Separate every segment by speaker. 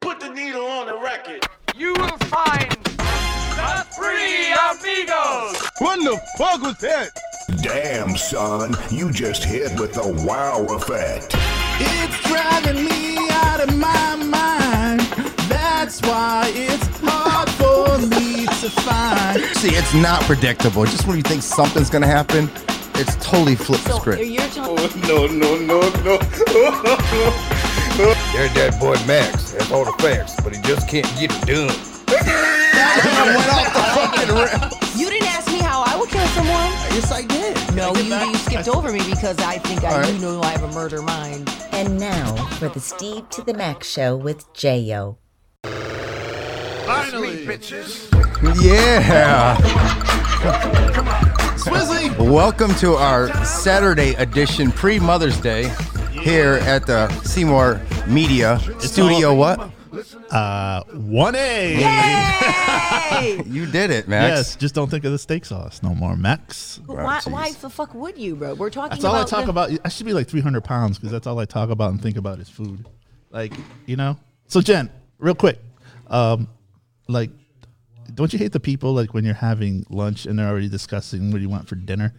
Speaker 1: put the needle on the record.
Speaker 2: You will find the three amigos.
Speaker 3: What the fuck was that?
Speaker 4: Damn, son, you just hit with the wow effect.
Speaker 5: It's driving me out of my mind. That's why it's hard for me to find.
Speaker 3: See, it's not predictable. Just when you think something's gonna happen, it's totally flipped the
Speaker 6: So
Speaker 3: script.
Speaker 6: you're telling
Speaker 3: Oh,
Speaker 7: There's that boy Max. That's all the facts, but he just can't get it done.
Speaker 3: I went off the fucking rail.
Speaker 6: you didn't ask me how I would kill someone.
Speaker 3: Yes, I did.
Speaker 6: No, you, you skipped over me because I think I
Speaker 3: All
Speaker 6: do know I have a murder mind.
Speaker 8: And now for the Steve to the Max show with J.O.
Speaker 3: Yeah.
Speaker 5: Swizzly!
Speaker 3: Welcome to our Saturday edition, pre Mother's Day, here at the Seymour Media Studio. What?
Speaker 9: Uh, one A.
Speaker 6: Hey!
Speaker 3: You did it,
Speaker 9: Yes,
Speaker 3: Max.
Speaker 9: just don't think of the steak sauce no more, Max.
Speaker 6: But why,
Speaker 3: jeez.
Speaker 6: why the fuck would you, bro? We're talking
Speaker 9: That's
Speaker 6: about
Speaker 9: all I talk
Speaker 6: the-
Speaker 9: about. I should be like 300 pounds because that's all I talk about and think about is food. Like, you know? So, Jen, real quick. Um, like, don't you hate the people like when you're having lunch and they're already discussing what do you want for dinner?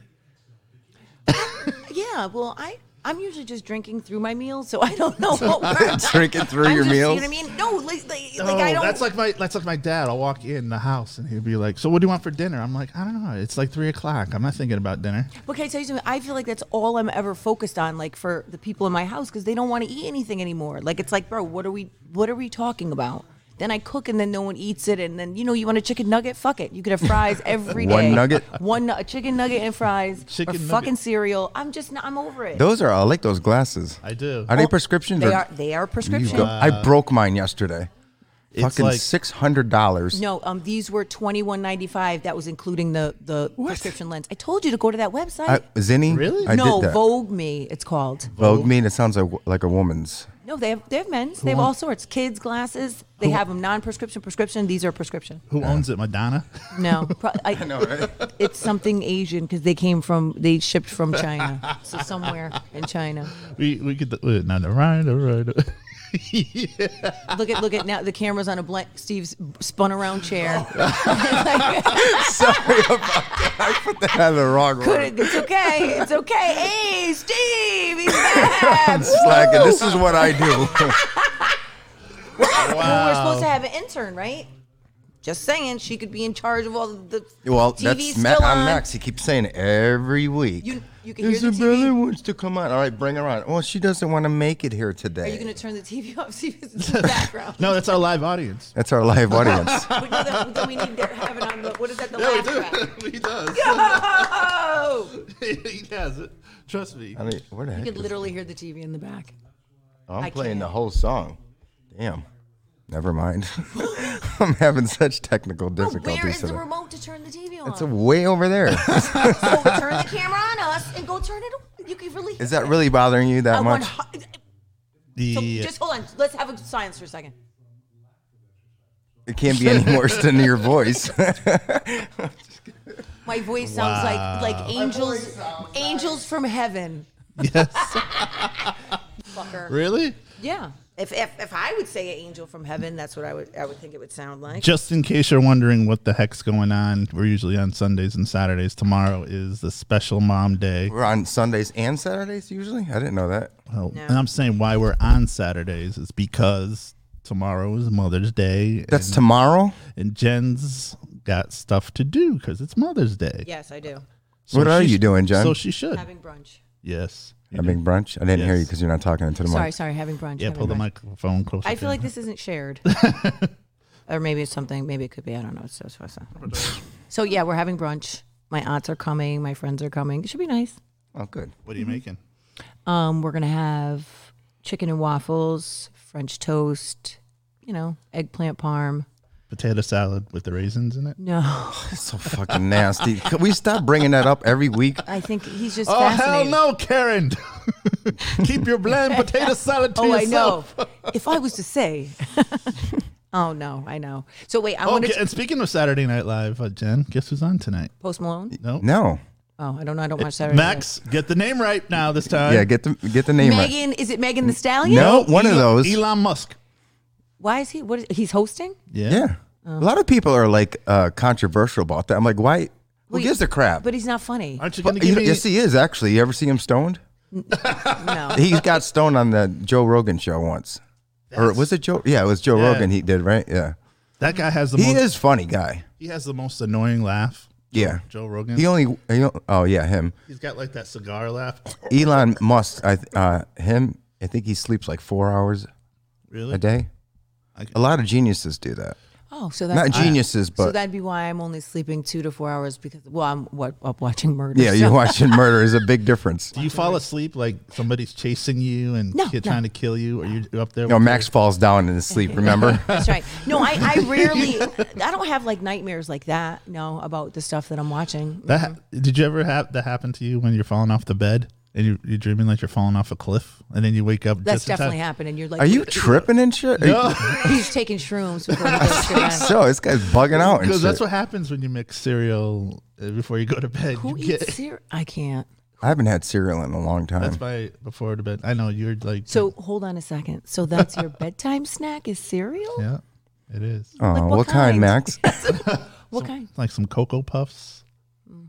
Speaker 6: Yeah, well, I I'm usually just drinking through my meals, so I don't know what we're
Speaker 3: Drinking through
Speaker 6: I'm
Speaker 3: your
Speaker 6: just-
Speaker 3: meals.
Speaker 6: You know what I mean? No, like, like, like I don't.
Speaker 9: Oh, that's like my that's like my dad. I'll walk in the house and he'll be like, "So what do you want for dinner?" I'm like, "I don't know. It's like three o'clock. I'm not thinking about dinner."
Speaker 6: But can I tell you something? I feel like that's all I'm ever focused on, like for the people in my house, because they don't want to eat anything anymore. Like it's like, bro, what are we? What are we talking about? Then I cook, and then no one eats it, and then you know you want a chicken nugget? Fuck it, you could have fries every day.
Speaker 3: One nugget?
Speaker 6: one nu- a chicken nugget and fries,
Speaker 9: Chicken
Speaker 6: or
Speaker 9: nugget.
Speaker 6: fucking cereal. I'm just not. I'm over it.
Speaker 3: Those are, I like those glasses.
Speaker 9: I do. Uh,
Speaker 3: Are they prescriptions?
Speaker 6: Oh, they
Speaker 3: or-
Speaker 6: are they are
Speaker 3: You
Speaker 6: prescription.
Speaker 3: go- I broke mine yesterday.
Speaker 9: It's
Speaker 3: Fucking
Speaker 9: like-
Speaker 3: $600.
Speaker 6: no, um, these were twenty one ninety five. That was including the the prescription lens. I told you to go to that website.
Speaker 3: I, Uh, Zinni?
Speaker 9: Really?
Speaker 3: I
Speaker 6: no,
Speaker 3: did that.
Speaker 6: Vogue Me. It's called.
Speaker 3: Vogue mean it sounds like like a woman's.
Speaker 6: No, they have they have men's. They have all sorts. Kids glasses. They have them non-prescription, prescription. These are prescription.
Speaker 9: Who owns it, Madonna?
Speaker 6: No, pro- I, it's something Asian because they came from they shipped from China, so somewhere in China.
Speaker 9: we we could uh, no no right all right.
Speaker 6: Look at look at now the camera's on a blank. Steve's spun around chair.
Speaker 3: Sorry about that. I put that out of the wrong order.
Speaker 6: it's okay. It's okay. Hey, Steve, he's back.
Speaker 3: Slacking. This is what I do.
Speaker 6: We're supposed to have an intern, right? Just saying, she could be in charge of all the.
Speaker 3: Well,
Speaker 6: TV's
Speaker 3: that's
Speaker 6: still
Speaker 3: Matt
Speaker 6: on.
Speaker 3: on Max. He keeps saying it every week.
Speaker 6: You- you can hear the
Speaker 3: Isabella
Speaker 6: TV.
Speaker 3: wants to come on. All right, bring her on. Well, she doesn't want to make it here today.
Speaker 6: Are you going to turn the TV off? See if it's in the background.
Speaker 9: No, that's our live audience.
Speaker 3: that's our live audience.
Speaker 6: But no, that, that we need to have it on the. What is that? The laugh track.
Speaker 9: he does.
Speaker 6: Yo!
Speaker 9: he does it. Trust me.
Speaker 3: I mean, where the
Speaker 6: You
Speaker 3: heck?
Speaker 6: could
Speaker 3: is-
Speaker 6: literally hear the TV in the back.
Speaker 3: I'm
Speaker 6: I
Speaker 3: playing the
Speaker 6: can't.
Speaker 3: whole song. Damn. Never mind. I'm having such technical
Speaker 6: Oh,
Speaker 3: difficulties
Speaker 6: where is the
Speaker 3: today.
Speaker 6: remote to turn the TV on?
Speaker 3: It's way over there.
Speaker 6: so turn the camera on us and go turn it on. You could really.
Speaker 3: is that really bothering you that
Speaker 6: I
Speaker 3: much?
Speaker 6: want. hu- So just hold on. Let's have a silence for a second.
Speaker 3: It can't be any worse than your voice.
Speaker 6: My voice sounds like like angels, angels from heaven. Yes. Fucker.
Speaker 9: really?
Speaker 6: Yeah. If, if if I would say an angel from heaven, that's what I would I would think it would sound like.
Speaker 9: Just in case you're wondering what the heck's going on, we're usually on Sundays and Saturdays. Tomorrow is the special mom day.
Speaker 3: We're on Sundays and Saturdays usually. I didn't know that.
Speaker 9: Well, Oh, And I'm saying why we're on Saturdays is because tomorrow is Mother's Day.
Speaker 3: That's
Speaker 9: and,
Speaker 3: tomorrow.
Speaker 9: and Jen's got stuff to do because it's Mother's Day.
Speaker 6: Yes, I do.
Speaker 9: So
Speaker 3: What are
Speaker 9: she-
Speaker 3: you doing, Jen?
Speaker 9: So she should.
Speaker 6: Having brunch.
Speaker 9: yes. You do.
Speaker 3: Having brunch. I didn't hear you
Speaker 9: Yes.
Speaker 3: because you're not talking into the
Speaker 6: Mm-hmm. Sorry,
Speaker 3: mic.
Speaker 6: sorry. Having brunch.
Speaker 9: Yeah,
Speaker 6: having
Speaker 9: pull the
Speaker 6: brunch.
Speaker 9: microphone closer.
Speaker 6: I
Speaker 9: to
Speaker 6: feel like
Speaker 9: you.
Speaker 6: this isn't shared. or maybe it's something. Maybe it could be. I don't know. It's just what's So yeah, we're having brunch. My aunts are coming. My friends are coming. It should be nice.
Speaker 3: Oh, good.
Speaker 9: What are you making?
Speaker 6: Um, we're gonna have chicken and waffles, French toast, you know, eggplant parm.
Speaker 9: Potato salad with the raisins in it.
Speaker 6: No,
Speaker 3: That's so fucking nasty. Can we stop bringing that up every week?
Speaker 6: I think he's just.
Speaker 9: Oh hell
Speaker 6: fascinated.
Speaker 9: no, Karen! Keep your bland potato salad to
Speaker 6: Oh, I know.
Speaker 9: yourself.
Speaker 6: if I was to say. oh no, I know. So wait, I
Speaker 9: Oh,
Speaker 6: want
Speaker 9: okay,
Speaker 6: to
Speaker 9: and speaking of Saturday Night Live, uh, Jen, guess who's on tonight?
Speaker 6: Post Malone.
Speaker 9: No,
Speaker 3: No.
Speaker 6: Oh, I don't know. I don't watch Saturday. Night.
Speaker 9: Max, get the name right now this time.
Speaker 3: Yeah, get the get the name right.
Speaker 6: Megan, is it Megan the Stallion?
Speaker 3: No. one of
Speaker 9: Elon-
Speaker 3: those.
Speaker 9: Elon Musk.
Speaker 6: Why is he? What is he's hosting?
Speaker 9: Yeah.
Speaker 3: Yeah.
Speaker 6: Oh.
Speaker 3: A lot of people are like uh, controversial about that. I'm like, why? Who
Speaker 6: Well,
Speaker 3: gives a crap?
Speaker 6: But he's not funny.
Speaker 9: Aren't you
Speaker 3: But
Speaker 9: going to
Speaker 3: you
Speaker 9: give
Speaker 3: know-
Speaker 9: me?
Speaker 3: yes, he is actually. You ever see him stoned?
Speaker 6: No.
Speaker 3: He got stoned on the Joe Rogan show once, or was it Joe? Yeah, it was Joe
Speaker 9: Yeah.
Speaker 3: Rogan. He did right. Yeah,
Speaker 9: that guy has the
Speaker 3: he
Speaker 9: most.
Speaker 3: is funny guy.
Speaker 9: He has the most annoying laugh.
Speaker 3: Yeah,
Speaker 9: Joe Rogan.
Speaker 3: he only. He don't- oh yeah, him.
Speaker 9: He's got like that cigar laugh.
Speaker 3: Elon Musk. I th- uh, him. I think he sleeps like four hours
Speaker 9: Really?
Speaker 3: a day. A lot of geniuses do that.
Speaker 6: Oh, so that's
Speaker 3: Not geniuses,
Speaker 6: So
Speaker 3: but
Speaker 6: that'd be why I'm only sleeping two to four hours because well, I'm what up watching murder.
Speaker 3: yeah,
Speaker 6: so-
Speaker 3: you're watching murder is a big difference.
Speaker 9: Do you fall asleep like somebody's chasing you and
Speaker 6: No,
Speaker 9: kid
Speaker 6: no.
Speaker 9: trying to kill you, or you're up there?
Speaker 3: No,
Speaker 9: with
Speaker 3: Max falls down in his sleep. Remember?
Speaker 6: That's right. No, I, I rarely, I don't have like nightmares like that. No, about the stuff that I'm watching.
Speaker 9: your- That ha-
Speaker 6: Mm-hmm.
Speaker 9: did you ever have that happen to you when you're falling off the bed and you, you're dreaming like you're falling off a cliff and then you wake up?
Speaker 6: That's
Speaker 9: just in time?
Speaker 6: definitely happened. And you're like,
Speaker 3: Are you tripping and shit? Are you-
Speaker 6: He's taking shrooms before he goes to bed.
Speaker 3: So this guy's bugging out Oh, and
Speaker 9: Because
Speaker 3: shit.
Speaker 9: that's what happens when you mix cereal uh, before you go to bed.
Speaker 6: Who
Speaker 9: you
Speaker 6: eats cereal? I can't.
Speaker 3: I haven't had cereal in a long time.
Speaker 9: that's my before to bed. I know you're like
Speaker 6: So hold on a second. So that's your bedtime snack is cereal?
Speaker 9: yeah, it is
Speaker 3: Oh,
Speaker 6: like,
Speaker 3: what,
Speaker 6: what
Speaker 3: kind,
Speaker 6: kind?
Speaker 3: Max?
Speaker 6: What kind?
Speaker 9: like some cocoa puffs.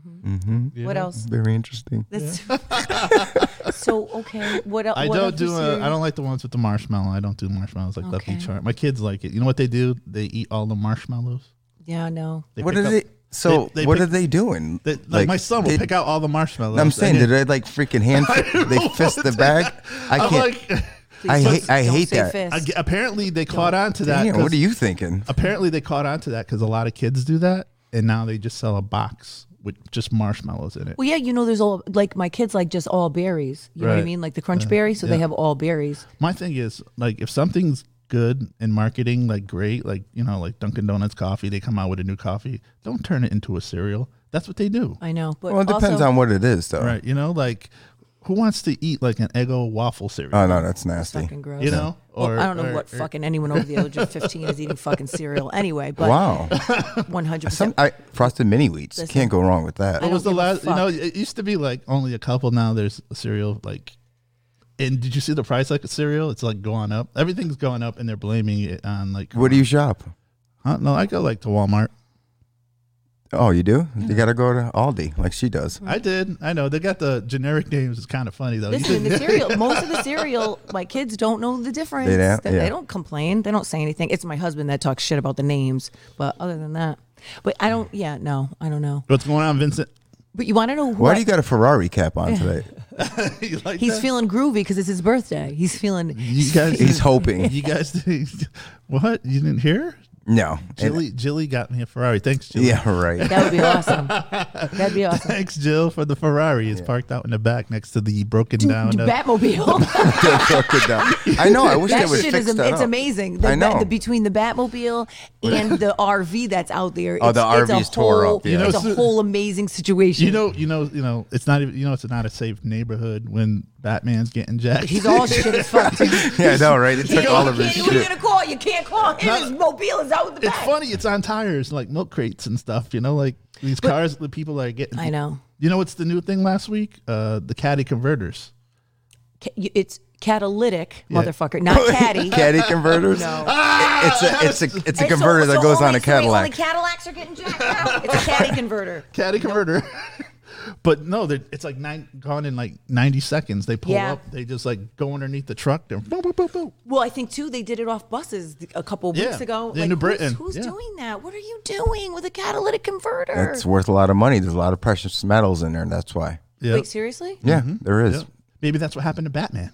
Speaker 6: What else?
Speaker 3: Very interesting.
Speaker 6: That's so okay. What else?
Speaker 9: I
Speaker 6: Uh, what
Speaker 9: don't
Speaker 6: other
Speaker 9: do. A,
Speaker 6: cereal?
Speaker 9: I don't like the ones with the marshmallow. I don't do marshmallows like Lucky
Speaker 6: Okay.
Speaker 9: Charm. My kids like it. You know what they do? They eat all the marshmallows.
Speaker 6: Yeah, no.
Speaker 9: They
Speaker 3: What
Speaker 9: pick
Speaker 3: are
Speaker 9: up-
Speaker 3: they? So
Speaker 9: they
Speaker 3: what
Speaker 9: pick-
Speaker 3: are they doing?
Speaker 9: They, like, my son will
Speaker 3: did-
Speaker 9: pick out all the marshmallows.
Speaker 3: I'm saying,
Speaker 9: And
Speaker 3: did they like freaking hand? they fist the bag. I
Speaker 9: I'm
Speaker 3: can't.
Speaker 9: like,
Speaker 3: I
Speaker 6: Please
Speaker 3: hate. I
Speaker 6: don't
Speaker 3: hate
Speaker 6: say
Speaker 3: that.
Speaker 6: fist.
Speaker 9: ag- apparently they caught on to that.
Speaker 3: Damn,
Speaker 9: 'cause-
Speaker 3: what are you thinking?
Speaker 9: Apparently they caught on to that because a lot of kids do that, and now they just sell a box with just marshmallows in it.
Speaker 6: Well, yeah, you know, there's all like my kids like just all berries. You know what I
Speaker 9: Right.
Speaker 6: mean? Like the crunch berry, so they have all berries.
Speaker 9: my thing is like if something's good in marketing like great like you know like dunkin donuts coffee they come out with a new coffee don't turn it into a cereal that's what they do
Speaker 6: I know, but
Speaker 3: Well, it depends
Speaker 6: also,
Speaker 3: on what it is, though.
Speaker 9: right you know like who wants to eat like an eggo waffle cereal
Speaker 3: Oh no, that's nasty.
Speaker 6: fucking gross.
Speaker 9: you know
Speaker 6: Well, I don't know
Speaker 9: or-
Speaker 6: what
Speaker 9: or-
Speaker 6: fucking anyone over the age of 15 is eating fucking cereal anyway, but
Speaker 3: Wow.
Speaker 6: 100%.
Speaker 3: Some I, frosted mini wheats
Speaker 6: Listen.
Speaker 3: can't go wrong with that.
Speaker 6: I
Speaker 9: what was the
Speaker 6: don't give a
Speaker 9: last you know
Speaker 6: fuck.
Speaker 9: it used to be like only a couple now there's a cereal like and did you see the price like a cereal it's like going up everything's going up and they're blaming it on like
Speaker 3: Where do you shop?
Speaker 9: huh? no i go like to walmart
Speaker 3: Oh, you do? You got to go to Aldi like she does.
Speaker 9: i did i know they got the generic names it's kind of funny though You
Speaker 6: Listen,
Speaker 9: could-
Speaker 6: the cereal, most of the cereal, my kids don't know the difference.
Speaker 3: They don't?
Speaker 6: They- they
Speaker 3: Yeah.
Speaker 6: don't complain. They don't say anything. It's my husband that talks shit about the names, but other than that, but I don't, yeah, no, I don't know.
Speaker 9: what's going on vincent
Speaker 6: But you want to know what?
Speaker 3: Why do you got a Ferrari cap on today?
Speaker 9: You like
Speaker 6: He's
Speaker 9: that?
Speaker 6: feeling groovy because it's his birthday. He's feeling.
Speaker 9: You guys,
Speaker 3: He's hoping.
Speaker 9: You guys, didn't- what? You didn't hear?
Speaker 3: No. And-
Speaker 9: Jilly, Jilly got me a Ferrari. Thanks, Jilly.
Speaker 3: yeah, right.
Speaker 6: That would be awesome. That'd be awesome.
Speaker 9: Thanks, Jill, for the Ferrari. It's parked out in the back next to the broken down. uh,
Speaker 6: Batmobile.
Speaker 3: Don't fuck it down. I know. I wish they
Speaker 6: that
Speaker 3: would
Speaker 6: shit
Speaker 3: fix
Speaker 6: is am-
Speaker 3: that
Speaker 6: it's
Speaker 3: up.
Speaker 6: amazing. The,
Speaker 3: I know.
Speaker 6: Bat, the, between the Batmobile and the RV that's out there.
Speaker 3: Oh, the
Speaker 6: it's- it's a
Speaker 3: RV's tore
Speaker 6: whole-
Speaker 3: up, yeah. You know,
Speaker 6: It's
Speaker 9: so-
Speaker 6: a whole amazing situation.
Speaker 9: you know, you know, you know. It's not even. You know, it's not a safe neighborhood when Batman's getting jacked.
Speaker 6: he's all shit as fuck. too.
Speaker 3: yeah, I know, right? It took
Speaker 6: You
Speaker 3: all of his
Speaker 6: can't- Who are you
Speaker 3: shit.
Speaker 6: gonna call? You can't call him. His mobile is out the
Speaker 9: it's
Speaker 6: back.
Speaker 9: funny. It's on tires, like milk crates and stuff. You know, like these cars. The people are getting.
Speaker 6: I know.
Speaker 9: You know what's the new thing last week? Uh, the caddy converters.
Speaker 6: Ca- you- It's catalytic, motherfucker, not caddy.
Speaker 3: Caddy converters.
Speaker 6: No.
Speaker 3: It's a it's a it's a
Speaker 6: And so-
Speaker 3: converter
Speaker 6: so
Speaker 3: that goes on
Speaker 6: only-
Speaker 3: a
Speaker 6: so wait, only
Speaker 3: Cadillac.
Speaker 6: Cadillacs are getting jacked now. It's a caddy converter.
Speaker 9: caddy converter. but no, they're, it's like nine gone in like ninety seconds. They pull
Speaker 6: Yeah.
Speaker 9: up, they just like go underneath the truck. They're boop, boop, boop, boop.
Speaker 6: Well, I think too they did it off buses th- a couple
Speaker 9: Yeah,
Speaker 6: weeks ago.
Speaker 9: in New Britain,
Speaker 6: Who's, who's
Speaker 9: yeah.
Speaker 6: doing that? What are you doing with a catalytic converter?
Speaker 3: It's worth a lot of money. There's a lot of precious metals in there. That's why.
Speaker 9: Yeah.
Speaker 6: Wait, seriously?
Speaker 3: Yeah, there is.
Speaker 9: yeah. Maybe that's what happened to Batman.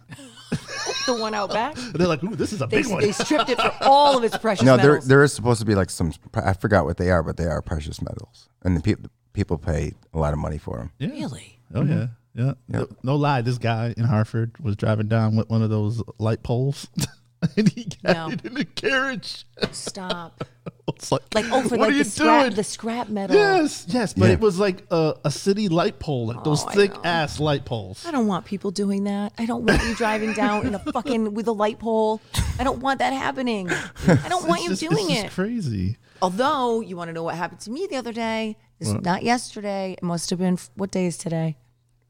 Speaker 6: The one out back?
Speaker 9: But they're like, ooh, this is a
Speaker 6: They,
Speaker 9: big one.
Speaker 6: they stripped it for all of its precious
Speaker 3: No, there
Speaker 6: metals.
Speaker 3: there is supposed to be like some. I forgot what they are, but they are precious metals, and the people people pay a lot of money for them.
Speaker 9: Yeah.
Speaker 6: really?
Speaker 9: Oh yeah. Yeah. No, no lie, this guy in Hartford was driving down with one of those light poles and he got
Speaker 6: No.
Speaker 9: it in the carriage.
Speaker 6: Stop.
Speaker 9: It's like,
Speaker 6: Like oh, for
Speaker 9: what
Speaker 6: like
Speaker 9: are you
Speaker 6: the scrap,
Speaker 9: doing?
Speaker 6: the scrap metal.
Speaker 9: Yes, yes, but
Speaker 3: Yeah.
Speaker 9: it was like a, a city light pole, like those
Speaker 6: Oh, I
Speaker 9: thick
Speaker 6: know.
Speaker 9: ass light poles.
Speaker 6: I don't want people doing that. I don't want you driving down in a fucking with a light pole. I don't want that happening. I don't want you
Speaker 9: It's just-
Speaker 6: doing
Speaker 9: it's just
Speaker 6: it.
Speaker 9: crazy.
Speaker 6: Although you want to know what happened to me the other day? It's not yesterday. It must have been what day is today?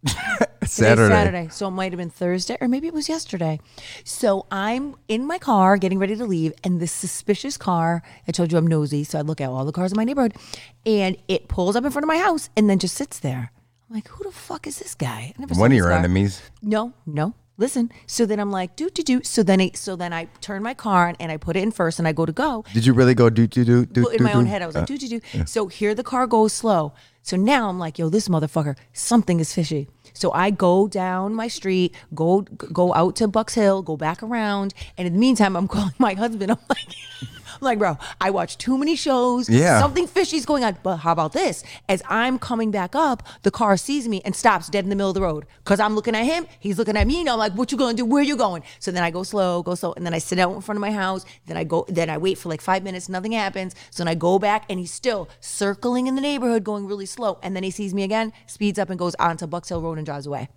Speaker 6: Today's
Speaker 3: Saturday.
Speaker 6: Saturday. So it might have been Thursday or maybe it was yesterday. So I'm in my car getting ready to leave, and this suspicious car, I told you I'm nosy, so I look at all the cars in my neighborhood, and it pulls up in front of my house and then just sits there. I'm like, who the fuck is this guy? I never seen
Speaker 3: One of
Speaker 6: this
Speaker 3: your
Speaker 6: car.
Speaker 3: enemies.
Speaker 6: No, no. Listen. So then I'm like, do do do. So then, I, so then I turn my car and I put it in first, and I go to go,
Speaker 3: Did you really go do do do do?
Speaker 6: well, in
Speaker 3: do,
Speaker 6: my own
Speaker 3: do?
Speaker 6: head, I was
Speaker 3: Uh,
Speaker 6: like, doo doo doo. So here the car goes slow. So now I'm like, yo, this motherfucker, something is fishy. So I go down my street, go go out to Bucks Hill, go back around, and in the meantime, I'm calling my husband. I'm like, I'm like, bro, I watch too many shows.
Speaker 3: Yeah.
Speaker 6: something fishy's going on. But how about this? As I'm coming back up, the car sees me and stops dead in the middle of the road because I'm looking at him, he's looking at me, and I'm like, what you gonna do? Where you going? So then I go slow, go slow, and then I sit down in front of my house. Then I go, then I wait for like five minutes, nothing happens. So then I go back, and he's still circling in the neighborhood, going really slow. And then he sees me again, speeds up, and goes onto Bucks Hill Road and drives away.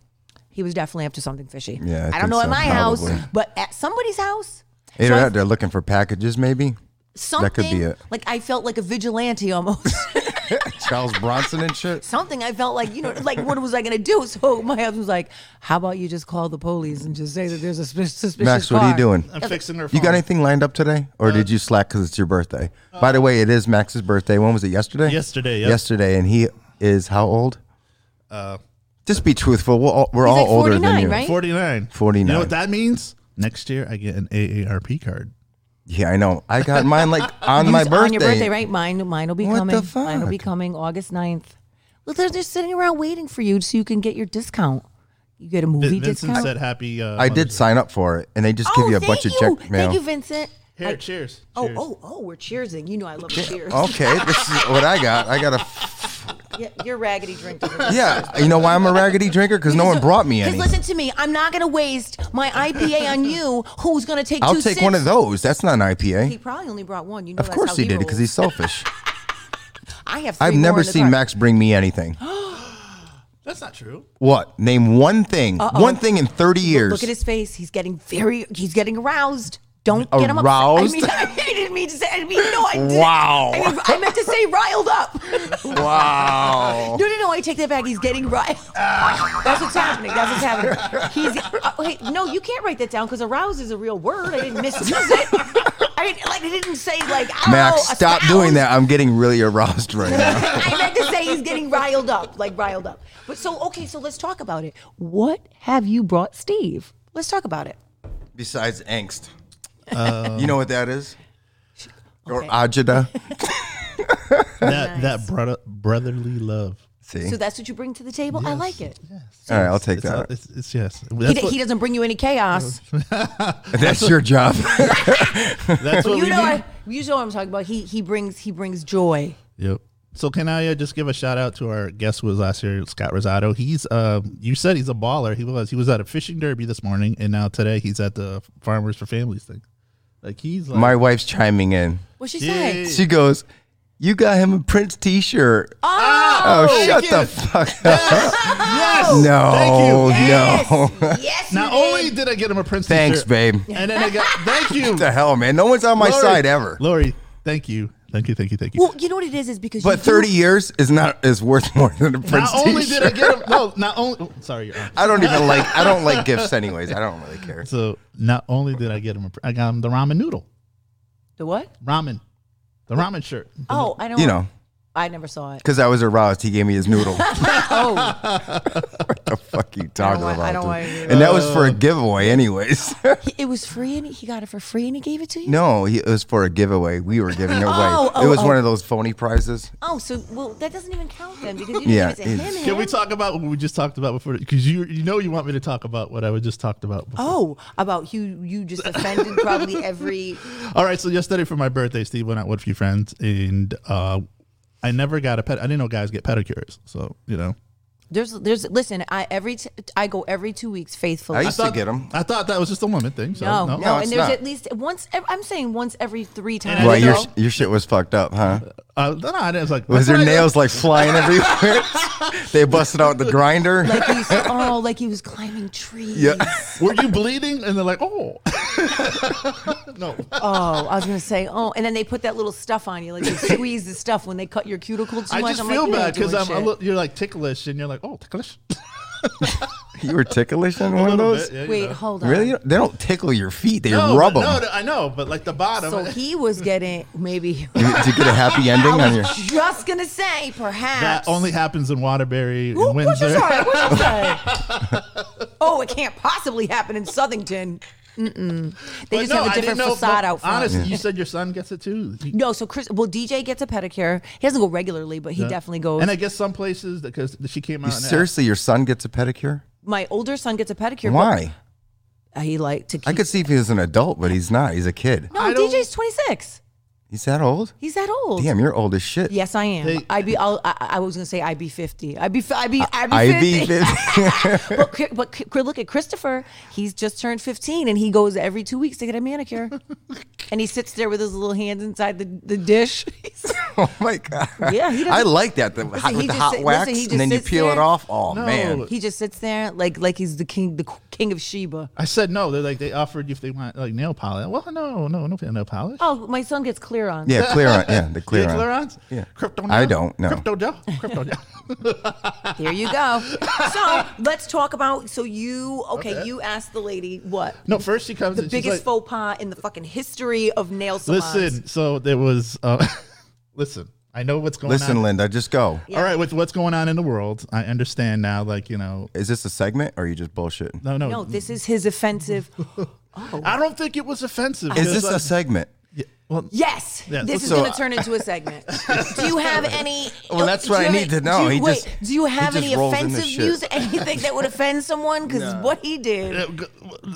Speaker 6: He was definitely up to something fishy.
Speaker 3: Yeah, I
Speaker 6: I,
Speaker 3: think
Speaker 6: don't know
Speaker 3: so,
Speaker 6: at my
Speaker 3: probably.
Speaker 6: house, but at somebody's house.
Speaker 3: Either
Speaker 6: So I-
Speaker 3: that, they're looking for packages, maybe.
Speaker 6: something
Speaker 3: could be it.
Speaker 6: like I felt like a vigilante almost.
Speaker 3: Charles Bronson and shit.
Speaker 6: something I felt like, you know, like what was I going to do? So my husband was like, how about you just call the police and just say that there's a suspicious, suspicious
Speaker 3: Max, what are you
Speaker 6: car?"
Speaker 3: doing?
Speaker 9: I'm Uh, fixing her. Phone.
Speaker 3: You got anything lined up today, or did you slack because it's your birthday? By the way, it is Max's birthday. When was it? Yesterday.
Speaker 9: Yesterday, yep. Uh,
Speaker 3: Yesterday, and he is how old? Just be truthful. We're all, we're
Speaker 6: He's
Speaker 3: all
Speaker 6: like
Speaker 3: older
Speaker 6: 49,
Speaker 3: than you.
Speaker 6: right?
Speaker 9: Forty nine.
Speaker 3: 49.
Speaker 9: You know what that means? Next year, I get an AARP card.
Speaker 3: Yeah, I know. I got mine like on my
Speaker 6: It's
Speaker 3: birthday.
Speaker 6: On your birthday, right? Mine, mine will be
Speaker 3: What
Speaker 6: coming.
Speaker 3: the
Speaker 6: Mine will be
Speaker 3: fuck?
Speaker 6: coming August 9th. Well, they're just sitting around waiting for you so you can get your discount. You get a movie
Speaker 9: Vin- Vincent
Speaker 6: discount.
Speaker 9: said happy. Uh,
Speaker 3: I did
Speaker 9: Mother's Day.
Speaker 3: sign up for it, and they just give
Speaker 6: oh,
Speaker 3: you a
Speaker 6: thank
Speaker 3: bunch
Speaker 6: you.
Speaker 3: of check mail.
Speaker 6: Thank you, Vincent.
Speaker 9: Here, cheers.
Speaker 6: Oh,
Speaker 9: cheers.
Speaker 6: oh, oh, we're cheersing. You know I love cheers.
Speaker 3: Okay, this is what I got. I got a
Speaker 6: Yeah, your raggedy drink.
Speaker 3: yeah. You know why I'm a raggedy drinker? Because no one brought me
Speaker 6: Because
Speaker 3: any.
Speaker 6: listen to me, I'm not going to waste my IPA on you who's going to take
Speaker 3: I'll
Speaker 6: two
Speaker 3: take
Speaker 6: sips.
Speaker 3: one of those. That's not an
Speaker 6: He
Speaker 3: IPA.
Speaker 6: probably only brought one. You know
Speaker 3: Of
Speaker 6: that's
Speaker 3: course
Speaker 6: how
Speaker 3: he did
Speaker 6: rolls.
Speaker 3: because he's selfish.
Speaker 6: I have. Three
Speaker 3: I've
Speaker 6: more
Speaker 3: never
Speaker 6: in the
Speaker 3: seen
Speaker 6: car.
Speaker 3: Max bring me anything.
Speaker 9: That's not true.
Speaker 3: What? Name one thing. One thing in 30 years.
Speaker 6: Look at his face. He's getting very. He's getting aroused. Don't get him
Speaker 3: Aroused?
Speaker 6: upset. I mean, I didn't mean to say. I mean, no, I didn't.
Speaker 3: Wow.
Speaker 6: I, mean, I meant to say riled up.
Speaker 3: Wow.
Speaker 6: No, no, no. I take that back. He's getting riled. That's what's happening. That's what's happening. He's. Uh, wait, no, you can't write that down because aroused is a real word. I didn't misuse it. I didn't like. I didn't say like. Oh,
Speaker 3: Max, stop doing
Speaker 6: aroused.
Speaker 3: that. I'm getting really aroused right now.
Speaker 6: I meant to say he's getting riled up, like riled up. But so okay, so let's talk about it. What have you brought Steve? Let's talk about it.
Speaker 3: Besides angst. you know what that is? Or
Speaker 6: Okay.
Speaker 3: agita.
Speaker 9: That that brother, brotherly love.
Speaker 3: See?
Speaker 6: So that's what you bring to the table. I like it.
Speaker 3: All right, I'll take
Speaker 9: It's,
Speaker 3: that.
Speaker 9: all- it's, it's yes.
Speaker 6: He,
Speaker 9: That's
Speaker 6: d-
Speaker 9: what,
Speaker 6: he doesn't bring you any chaos.
Speaker 3: That's your job.
Speaker 9: that's what
Speaker 6: You
Speaker 9: we
Speaker 6: know,
Speaker 9: need.
Speaker 6: I, you know what I'm talking about. He he brings he brings joy.
Speaker 9: Yep. So can I uh, just give a shout out to our guest who was last year, Scott Rosato? He's uh, you said he's a baller. He was. He was at a fishing derby this morning, and now today he's at the Farmers for Families thing. Like he's like
Speaker 3: My wife's chiming in.
Speaker 6: What she
Speaker 9: Yeah.
Speaker 6: say?
Speaker 3: She goes, You got him a Prince t shirt. Oh,
Speaker 6: Oh,
Speaker 3: shut
Speaker 9: you.
Speaker 3: the fuck up.
Speaker 9: Ah! Oh, yes.
Speaker 3: No,
Speaker 9: Thank you.
Speaker 3: no.
Speaker 6: yes, yes.
Speaker 9: Not
Speaker 6: you did.
Speaker 9: only did I get him a Prince
Speaker 3: Thanks,
Speaker 9: t-shirt,
Speaker 3: babe.
Speaker 9: and then I got thank you.
Speaker 3: What the hell, man? No one's on my
Speaker 9: Lori-
Speaker 3: side ever.
Speaker 9: Lori, thank you, thank you, thank you, thank you.
Speaker 6: Well, you know what it is is because you
Speaker 3: But
Speaker 6: do-
Speaker 3: 30 years is not is worth more than a Prince
Speaker 9: not only
Speaker 3: t-shirt.
Speaker 9: did I get him, no, not only. oh, sorry, you're on.
Speaker 3: I don't even like I don't like gifts anyways. I don't really care.
Speaker 9: So not only did I get him, a, pr- I got him the ramen noodle,
Speaker 6: the what?
Speaker 9: ramen, the ramen shirt.
Speaker 6: Oh, I don't.
Speaker 3: You know,
Speaker 6: I never saw it.
Speaker 3: because I was aroused, he gave me his noodle.
Speaker 6: Oh,
Speaker 3: the fuck you talking
Speaker 6: want-
Speaker 3: about?
Speaker 6: I don't
Speaker 3: dude?
Speaker 6: want to hear
Speaker 3: and that was for a giveaway, anyways.
Speaker 6: he- it was free, and he got it for free, and he gave it to you.
Speaker 3: no, he, it was for a giveaway. We were giving it away.
Speaker 6: Oh,
Speaker 3: it
Speaker 6: oh,
Speaker 3: was
Speaker 6: oh.
Speaker 3: one of those phony prizes.
Speaker 6: Oh, so well that doesn't even count then because you didn't
Speaker 3: Yeah,
Speaker 6: give it to
Speaker 3: it's-
Speaker 6: him.
Speaker 9: Can we
Speaker 6: him.
Speaker 9: talk about what we just talked about before? Because you you know you want me to talk about what I was just talked about. Before.
Speaker 6: Oh, about you you just offended probably every
Speaker 3: Oh.
Speaker 9: All right, so yesterday for my birthday, Steve went out with a few friends, and uh, I never got a pet. I didn't know guys get pedicures, so you know.
Speaker 6: there's there's listen, I every t- I go every 2 weeks faithfully.
Speaker 3: I used to get them.
Speaker 9: I thought that was just a woman thing. So,
Speaker 6: no, no,
Speaker 3: No,
Speaker 6: and
Speaker 3: it's
Speaker 6: there's
Speaker 3: not.
Speaker 6: at least once ev- I'm saying once every 3 times.
Speaker 9: I
Speaker 3: Well,
Speaker 9: didn't
Speaker 3: your
Speaker 9: know.
Speaker 3: sh- your shit was fucked up, huh?
Speaker 9: Uh, no, no, I didn't. I was like,
Speaker 3: Was
Speaker 9: that's
Speaker 3: your
Speaker 9: what I-
Speaker 3: nails like flying everywhere? they busted out the grinder.
Speaker 6: like he was, oh, like he was climbing trees.
Speaker 3: Yeah.
Speaker 9: Were you bleeding? And they're like, oh, no.
Speaker 6: Oh, I was gonna say, oh, and then they put that little stuff on you, like they squeeze the stuff when they cut your cuticle too
Speaker 9: I
Speaker 6: much.
Speaker 9: just
Speaker 6: I'm
Speaker 9: feel
Speaker 6: like, you ain't
Speaker 9: bad because
Speaker 6: doing
Speaker 9: I'm a
Speaker 6: shit.
Speaker 9: little, you're like ticklish, and you're like, oh, ticklish.
Speaker 3: You were ticklish on one of
Speaker 9: little
Speaker 3: those?
Speaker 9: bit, yeah, you
Speaker 6: Wait,
Speaker 9: know.
Speaker 6: hold on.
Speaker 3: Really? They don't tickle your feet. They
Speaker 9: No,
Speaker 3: rub
Speaker 9: but-
Speaker 3: 'em.
Speaker 9: no, I know, but like the bottom.
Speaker 6: So he was getting maybe.
Speaker 3: Did you get a happy ending on your?
Speaker 6: Just gonna say, perhaps
Speaker 9: that only happens in Waterbury
Speaker 6: Who-
Speaker 9: and
Speaker 6: what you
Speaker 9: Windsor.
Speaker 6: say? What you say? oh, it can't possibly happen in Southington. Mm-mm. They
Speaker 9: But
Speaker 6: just
Speaker 9: no,
Speaker 6: have
Speaker 9: I
Speaker 6: a
Speaker 9: didn't
Speaker 6: different
Speaker 9: know,
Speaker 6: facade
Speaker 9: but
Speaker 6: out front.
Speaker 9: Honestly, you said your son gets it too. He-
Speaker 6: No, so Chris, well, DJ gets a pedicure. He doesn't go regularly, but he definitely goes.
Speaker 9: And I guess some places because she came out. and asked-
Speaker 3: Seriously, your son gets a pedicure?
Speaker 6: My older son gets a pedicure.
Speaker 3: Why?
Speaker 6: But he like to keep.
Speaker 3: I could see if he was an adult, but he's not. He's a kid.
Speaker 6: no,
Speaker 9: I don't-
Speaker 6: DJ's 26.
Speaker 3: He's that old?
Speaker 6: He's that old.
Speaker 3: Damn, you're old as shit.
Speaker 6: Yes, I am.
Speaker 9: They-
Speaker 6: I be. I'll, I, I was gonna say I be 50. I be. I be. I be
Speaker 3: I
Speaker 6: 50.
Speaker 3: be 50.
Speaker 6: but Chri- but Chri- look at Christopher. He's just turned 15, and he goes every two weeks to get a manicure. and he sits there with his little hands inside the, the dish.
Speaker 3: oh my god.
Speaker 6: Yeah, he doesn't-
Speaker 3: I like that. The, hot,
Speaker 6: he
Speaker 3: with the
Speaker 6: just
Speaker 3: hot
Speaker 6: sit-
Speaker 3: wax,
Speaker 6: listen, he just
Speaker 3: and then you
Speaker 6: sits
Speaker 3: peel it
Speaker 6: there.
Speaker 3: off. Oh
Speaker 9: No.
Speaker 3: man.
Speaker 6: he just sits there like like he's the king the king of Sheba.
Speaker 9: I said no. They're like they offered you if they want like nail polish. Well, no, no, no nail polish.
Speaker 6: Oh, my son gets clear on.
Speaker 3: Yeah, clear on. Yeah, the
Speaker 9: You
Speaker 3: clear
Speaker 9: get
Speaker 3: on.
Speaker 9: Clearance?
Speaker 3: Yeah.
Speaker 9: Crypto
Speaker 3: I
Speaker 9: gel?
Speaker 3: don't, no.
Speaker 9: Crypto gel? Crypto gel.
Speaker 6: There you go. So let's talk about. So you okay? You asked the lady what
Speaker 9: No, first she comes
Speaker 6: the
Speaker 9: and
Speaker 6: biggest
Speaker 9: she's like,
Speaker 6: faux pas in the fucking history of nail salons.
Speaker 9: Listen, so there was, uh, listen, I know what's going
Speaker 3: Listen,
Speaker 9: on.
Speaker 3: Linda, just go.
Speaker 9: All right, with what's going on in the world, I understand now, like, you know,
Speaker 3: Is this a segment or are you just bullshitting?
Speaker 9: no, no.
Speaker 6: No, this is his offensive.
Speaker 9: I don't think it was offensive.
Speaker 3: Is
Speaker 9: because,
Speaker 3: this a segment?
Speaker 9: well,
Speaker 6: Yes,
Speaker 9: Yes.
Speaker 6: this is
Speaker 3: So-
Speaker 6: going to turn into a segment. do you have any? Oh,
Speaker 3: Well, that's
Speaker 6: do
Speaker 3: what
Speaker 6: you
Speaker 3: I
Speaker 6: have
Speaker 3: need
Speaker 6: any-
Speaker 3: to know.
Speaker 6: Do you,
Speaker 3: He
Speaker 6: wait,
Speaker 3: just-
Speaker 6: do you have
Speaker 3: he
Speaker 6: any
Speaker 3: just rolls in
Speaker 6: offensive
Speaker 3: this shit.
Speaker 6: views? Anything that would offend someone? Because what he did,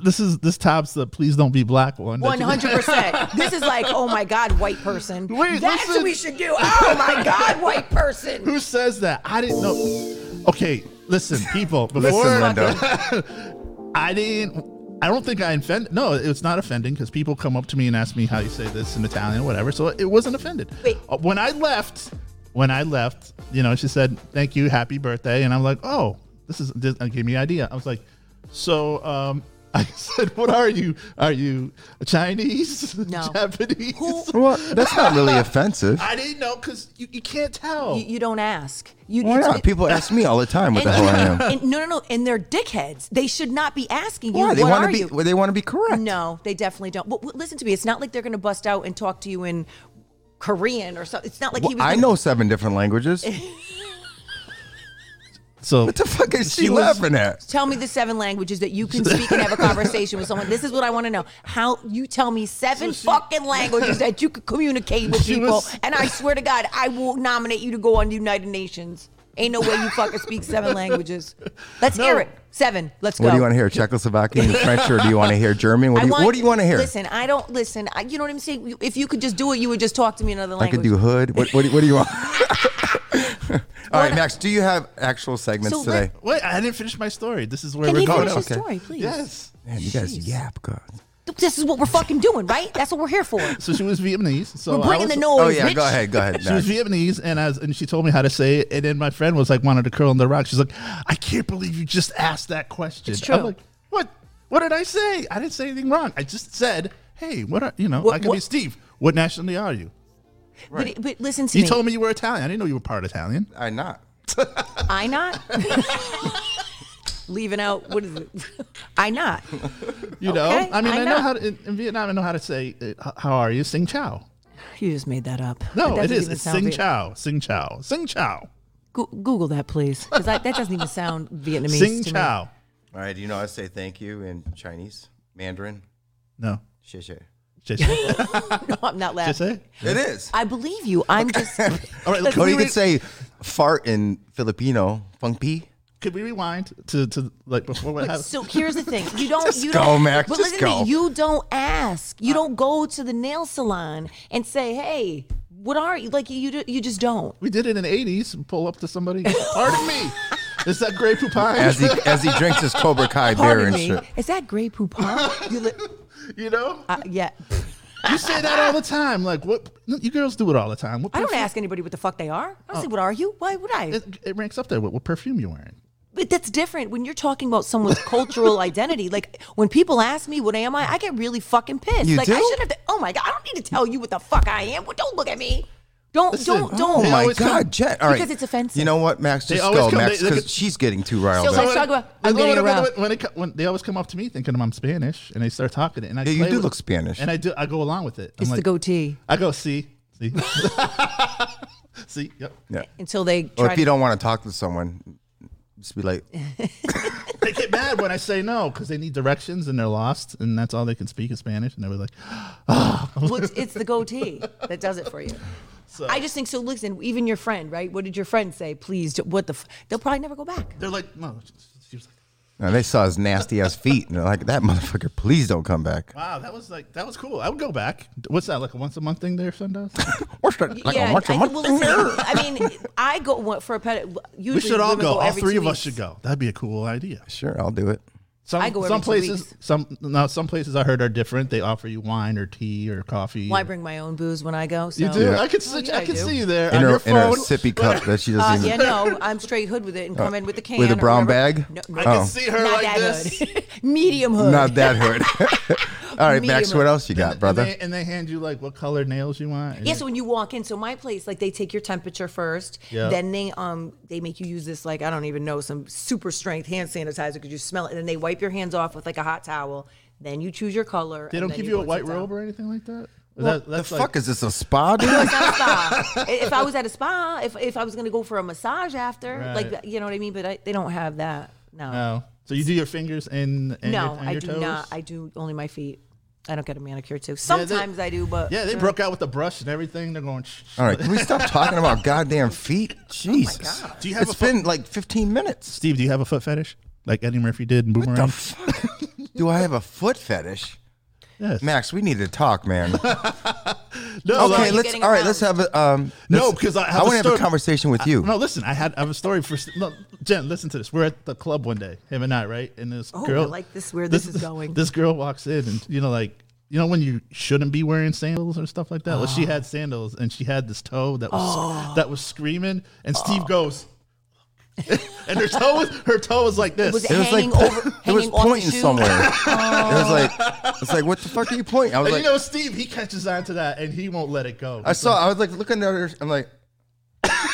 Speaker 9: this is, this tops the please don't be black one. that
Speaker 6: one
Speaker 9: you-
Speaker 6: hundred percent. This is like, oh my god, white person.
Speaker 9: Wait,
Speaker 6: that's
Speaker 9: listen.
Speaker 6: what we should do. Oh my god, white person.
Speaker 9: Who says that? I didn't know. Okay, listen, people, before
Speaker 3: Listen, Linda.
Speaker 9: I didn't. I don't think I offended. No, it's not offending because people come up to me and ask me how you say this in Italian or whatever. So it wasn't offended.
Speaker 6: Wait.
Speaker 9: Uh, When I left, when I left, you know, she said, "Thank you, happy birthday," and I'm like, "Oh, this is." This, uh, gave me an idea. I was like, "So." um I said, "What are you? Are you Chinese?
Speaker 6: No.
Speaker 9: Japanese?"
Speaker 6: Who-
Speaker 3: Well, that's not really offensive.
Speaker 9: I didn't know because you, you can't tell.
Speaker 6: You, you don't ask. You,
Speaker 3: Why
Speaker 6: it's-
Speaker 3: not? People ask me all the time what
Speaker 6: and,
Speaker 3: the hell I am.
Speaker 6: and- no, no, no. And they're dickheads. They should not be asking you.
Speaker 3: Why? They
Speaker 6: what
Speaker 3: want
Speaker 6: are
Speaker 3: to be.
Speaker 6: you?
Speaker 3: They want to be correct.
Speaker 6: No, they definitely don't. But w- listen to me. It's not like they're going to bust out and talk to you in Korean or something. It's not like
Speaker 3: Well,
Speaker 6: he was.
Speaker 3: I
Speaker 6: gonna-
Speaker 3: know seven different languages.
Speaker 9: so
Speaker 3: What the fuck is she,
Speaker 9: She was-
Speaker 3: laughing at?
Speaker 6: Tell me the seven languages that you can speak and have a conversation with someone. This is what I want to know. How you tell me seven
Speaker 9: she-
Speaker 6: fucking languages that you could communicate with
Speaker 9: She
Speaker 6: people,
Speaker 9: was-
Speaker 6: and I swear to God, I will nominate you to go on the United Nations. Ain't no way you fucking speak seven languages. Let's hear it. Seven. Let's go.
Speaker 3: What do you want to hear? Czechoslovakian, and French, or do you want to hear German? What
Speaker 6: I
Speaker 3: do you, what do you want to hear?
Speaker 6: Listen, I don't listen. I, you know what I'm saying? You- If you could just do it, you would just talk to me in another
Speaker 3: I
Speaker 6: language.
Speaker 3: could do hood. What, what, do- what do you want? All right, Max. Do you have actual segments
Speaker 6: So
Speaker 3: today?
Speaker 9: wait, I didn't finish my story. This is where
Speaker 6: Can
Speaker 9: we're
Speaker 6: he
Speaker 9: going.
Speaker 6: finish his
Speaker 3: okay.
Speaker 6: story, please?
Speaker 9: Yes.
Speaker 3: Man, you guys yap, God.
Speaker 6: This is what we're fucking doing, right? That's what we're here for.
Speaker 9: So she was Vietnamese. So
Speaker 6: We're
Speaker 9: I
Speaker 6: bringing
Speaker 9: was,
Speaker 6: the noise.
Speaker 3: Oh yeah,
Speaker 6: bitch.
Speaker 3: go ahead, go ahead.
Speaker 9: She was
Speaker 3: Max.
Speaker 9: Vietnamese, and I was, and she told me how to say it. And then my friend was like, wanted to curl on the rock. She's like, I can't believe you just asked that question.
Speaker 6: It's
Speaker 9: I'm
Speaker 6: true.
Speaker 9: like, what? What did I say? I didn't say anything wrong. I just said, hey, what are you know?
Speaker 6: What-
Speaker 9: I could be
Speaker 6: what-
Speaker 9: Steve. What nationality are you?
Speaker 6: But, but listen to
Speaker 9: You
Speaker 6: me.
Speaker 9: told me you were Italian. I didn't know you were part Italian.
Speaker 3: I'm not.
Speaker 6: I not leaving out what is it? I not.
Speaker 9: You know,
Speaker 6: Okay,
Speaker 9: I mean,
Speaker 6: I
Speaker 9: I, know
Speaker 6: know.
Speaker 9: how to, in, in Vietnam. I know how to say uh, h- how are you. Sing Chow.
Speaker 6: You just made that up.
Speaker 9: No,
Speaker 6: That
Speaker 9: it
Speaker 6: doesn't
Speaker 9: is.
Speaker 6: even
Speaker 9: It's
Speaker 6: sound
Speaker 9: Sing
Speaker 6: Viet-
Speaker 9: Chow. Sing Chow. Sing Chow.
Speaker 6: Goo- Google that, please, because that doesn't even sound Vietnamese.
Speaker 9: Sing
Speaker 6: to me.
Speaker 9: Chow.
Speaker 3: All right. You know, I say thank you in Chinese, Mandarin.
Speaker 9: No.
Speaker 3: Xie xie.
Speaker 9: Just,
Speaker 6: No, I'm not
Speaker 9: just
Speaker 6: laughing.
Speaker 9: say.
Speaker 3: It is.
Speaker 6: I believe you. I'm just.
Speaker 9: All right.
Speaker 3: Or you
Speaker 9: we
Speaker 3: could say fart in Filipino, fung pi.
Speaker 9: Could we rewind to, to like before what happened?
Speaker 6: So here's the thing: you don't.
Speaker 3: Just
Speaker 6: you
Speaker 3: go,
Speaker 6: don't,
Speaker 3: Mac,
Speaker 6: But
Speaker 3: just
Speaker 6: listen to
Speaker 3: go.
Speaker 6: me. You don't ask.
Speaker 9: Uh,
Speaker 6: You don't go to the nail salon and say, "Hey, what are you like?" You you just don't.
Speaker 9: we did it in the eighties. Pull up to somebody. Pardon me. It's that Grey Poupine.
Speaker 3: As he as he drinks his Cobra Kai beer
Speaker 6: Pardon
Speaker 3: and
Speaker 6: me.
Speaker 3: shit.
Speaker 6: Is that Grey Poupon? you li-
Speaker 9: you know,
Speaker 6: uh, yeah.
Speaker 9: you say that all the time. Like what? no, You girls do it all the time. What
Speaker 6: I don't
Speaker 9: perfume-
Speaker 6: ask anybody what the fuck they are.
Speaker 9: Oh.
Speaker 6: I don't say, "What are you?" Why would I?
Speaker 9: It, it ranks up there. What, what perfume you wearing?
Speaker 6: But that's different when you're talking about someone's cultural identity. Like when people ask me what am I, I get really fucking pissed.
Speaker 3: You
Speaker 6: like I
Speaker 3: do?
Speaker 6: should have. oh my god, I don't need to tell you what the fuck I am. Well, don't look at me. Don't
Speaker 9: Listen,
Speaker 6: don't
Speaker 9: oh
Speaker 6: don't.
Speaker 9: They
Speaker 3: my
Speaker 9: always come-
Speaker 3: God, Jet. All right.
Speaker 6: Because it's offensive.
Speaker 3: You know what, Max?
Speaker 9: They
Speaker 3: Just
Speaker 9: always
Speaker 3: go,
Speaker 9: come-
Speaker 3: Max,
Speaker 9: they- they
Speaker 3: because
Speaker 9: get-
Speaker 3: she's getting too riled
Speaker 6: So
Speaker 3: up.
Speaker 6: let's talk about- I'm
Speaker 9: When-
Speaker 6: getting
Speaker 9: when-
Speaker 6: around.
Speaker 9: When, it co- when they always come up to me thinking I'm Spanish, and they start talking, and I
Speaker 3: Yeah, you
Speaker 9: play
Speaker 3: do
Speaker 9: with-
Speaker 3: look Spanish.
Speaker 9: and I do. I go along with it. I'm
Speaker 6: It's the
Speaker 9: like-
Speaker 6: goatee
Speaker 9: I go see, see, see. Yep.
Speaker 3: yeah.
Speaker 6: until they
Speaker 3: Or
Speaker 6: try
Speaker 3: if you
Speaker 6: to.
Speaker 3: don't want to talk to someone, just be like,
Speaker 9: They get mad when I say no because they need directions and they're lost, and that's all they can speak is Spanish. And they're like,
Speaker 6: Well, it's- it's the goatee that does it for you. I just think so. Listen, even your friend, right? What did your friend say? Please, do- what the? F-? They'll probably never go back.
Speaker 9: they're like, no. She was like,
Speaker 3: no, they saw his nasty ass feet and they're like, that motherfucker, please don't come back.
Speaker 9: wow, that was like that was cool. I would go back. What's that like a once a month thing there, Sundays?
Speaker 3: Watch that- like, "Oh, watch
Speaker 6: I,
Speaker 3: him,
Speaker 6: I- well,
Speaker 3: watch
Speaker 6: listen,
Speaker 3: him.
Speaker 6: I mean, I go what, for a pet. Usually
Speaker 9: we should all
Speaker 6: women
Speaker 9: go. All
Speaker 6: every
Speaker 9: three
Speaker 6: two
Speaker 9: of us
Speaker 6: weeks.
Speaker 9: should go. That'd be a cool idea.
Speaker 3: Sure, I'll do it.
Speaker 9: Some,
Speaker 6: I go every
Speaker 9: some
Speaker 6: two
Speaker 9: places,
Speaker 6: weeks.
Speaker 9: some no, some places I heard are different. They offer you wine or tea or coffee.
Speaker 6: Well, I bring my own booze when I go. So.
Speaker 9: You do.
Speaker 3: Yeah.
Speaker 9: I could see,
Speaker 6: Oh, yeah,
Speaker 9: I
Speaker 6: I
Speaker 9: could
Speaker 6: do.
Speaker 9: see you there
Speaker 3: In
Speaker 9: on
Speaker 3: her,
Speaker 9: your
Speaker 3: in her
Speaker 9: phone.
Speaker 3: sippy cup that she doesn't
Speaker 6: Uh,
Speaker 3: even.
Speaker 6: yeah, no, I'm straight hood with it and come
Speaker 9: Uh,
Speaker 6: in with the can.
Speaker 3: with a
Speaker 6: or
Speaker 3: brown
Speaker 6: whatever.
Speaker 3: bag?
Speaker 6: No,
Speaker 3: I
Speaker 6: no,
Speaker 9: I could see her
Speaker 6: not
Speaker 9: like
Speaker 6: that
Speaker 9: this.
Speaker 6: hood. Medium hood.
Speaker 3: Not that hurt. All right, Max,
Speaker 6: Medium.
Speaker 3: what else you got, brother?
Speaker 9: And they, and they hand you like what color nails you want. and
Speaker 6: Yes, when you walk in, so my place, like they take your temperature first,
Speaker 9: Yeah.
Speaker 6: then they um they make you use this like I don't even know some super strength hand sanitizer because you smell it, and then they wipe your hands off with like a hot towel. Then you choose your color.
Speaker 9: They
Speaker 6: and
Speaker 9: don't
Speaker 6: then
Speaker 9: give you a
Speaker 6: go
Speaker 9: white
Speaker 6: sit down.
Speaker 9: robe or anything like that. that
Speaker 3: the
Speaker 9: that's like,
Speaker 3: fuck is this a spa? Dude?
Speaker 6: It's not a spa. if I was at a spa, if if I was gonna go for a massage after,
Speaker 9: Right.
Speaker 6: like you know what I mean, but I, they don't have that. No,
Speaker 9: no. oh. So you do your fingers and, and
Speaker 6: no,
Speaker 9: your, and
Speaker 6: I
Speaker 9: your
Speaker 6: do
Speaker 9: toes?
Speaker 6: not. I do only my feet. I don't get a manicure too. Sometimes I do, but
Speaker 9: yeah, they broke out with the brush and everything. They're going. Shh.
Speaker 3: All right, can we stop talking about goddamn feet? Jesus,
Speaker 9: Do you have
Speaker 3: it's
Speaker 9: a fu-
Speaker 3: been like 15 minutes.
Speaker 9: Steve, do you have a foot fetish like Eddie Murphy did in Boomerang?
Speaker 3: The fuck? Do I have a foot fetish?
Speaker 9: Yes.
Speaker 3: Max, we need to talk, man.
Speaker 9: no,
Speaker 3: Okay,
Speaker 9: like-
Speaker 6: you
Speaker 3: let's.
Speaker 6: getting
Speaker 3: All right,
Speaker 6: around?
Speaker 3: let's have a. Um,
Speaker 9: No,
Speaker 3: let's-
Speaker 9: because I have
Speaker 3: I
Speaker 9: a
Speaker 3: want to have
Speaker 9: story-
Speaker 3: a conversation with you.
Speaker 9: No, listen. I had I have a story for no, Jen. Listen to this. We're at the club one day, him and I, right? And this
Speaker 6: Oh, I
Speaker 9: girl,
Speaker 6: like this where this is going.
Speaker 9: This girl walks in, and you know, like you know, when you shouldn't be wearing sandals or stuff like that. Well, she
Speaker 6: Oh.
Speaker 9: had sandals, and she had this toe that was that was screaming, and Steve
Speaker 6: Oh.
Speaker 9: goes, and her toe was her toe was like this.
Speaker 6: was
Speaker 3: It was
Speaker 6: hanging
Speaker 3: like
Speaker 6: over-
Speaker 3: it was
Speaker 6: hanging off the
Speaker 3: pointing
Speaker 6: shoe.
Speaker 3: somewhere. It was like it's like what the fuck are you pointing? I was
Speaker 9: and
Speaker 3: like,
Speaker 9: Oh. you know, Steve, he catches on to that, and he won't let it go.
Speaker 3: I saw. I was like looking at her. I'm like,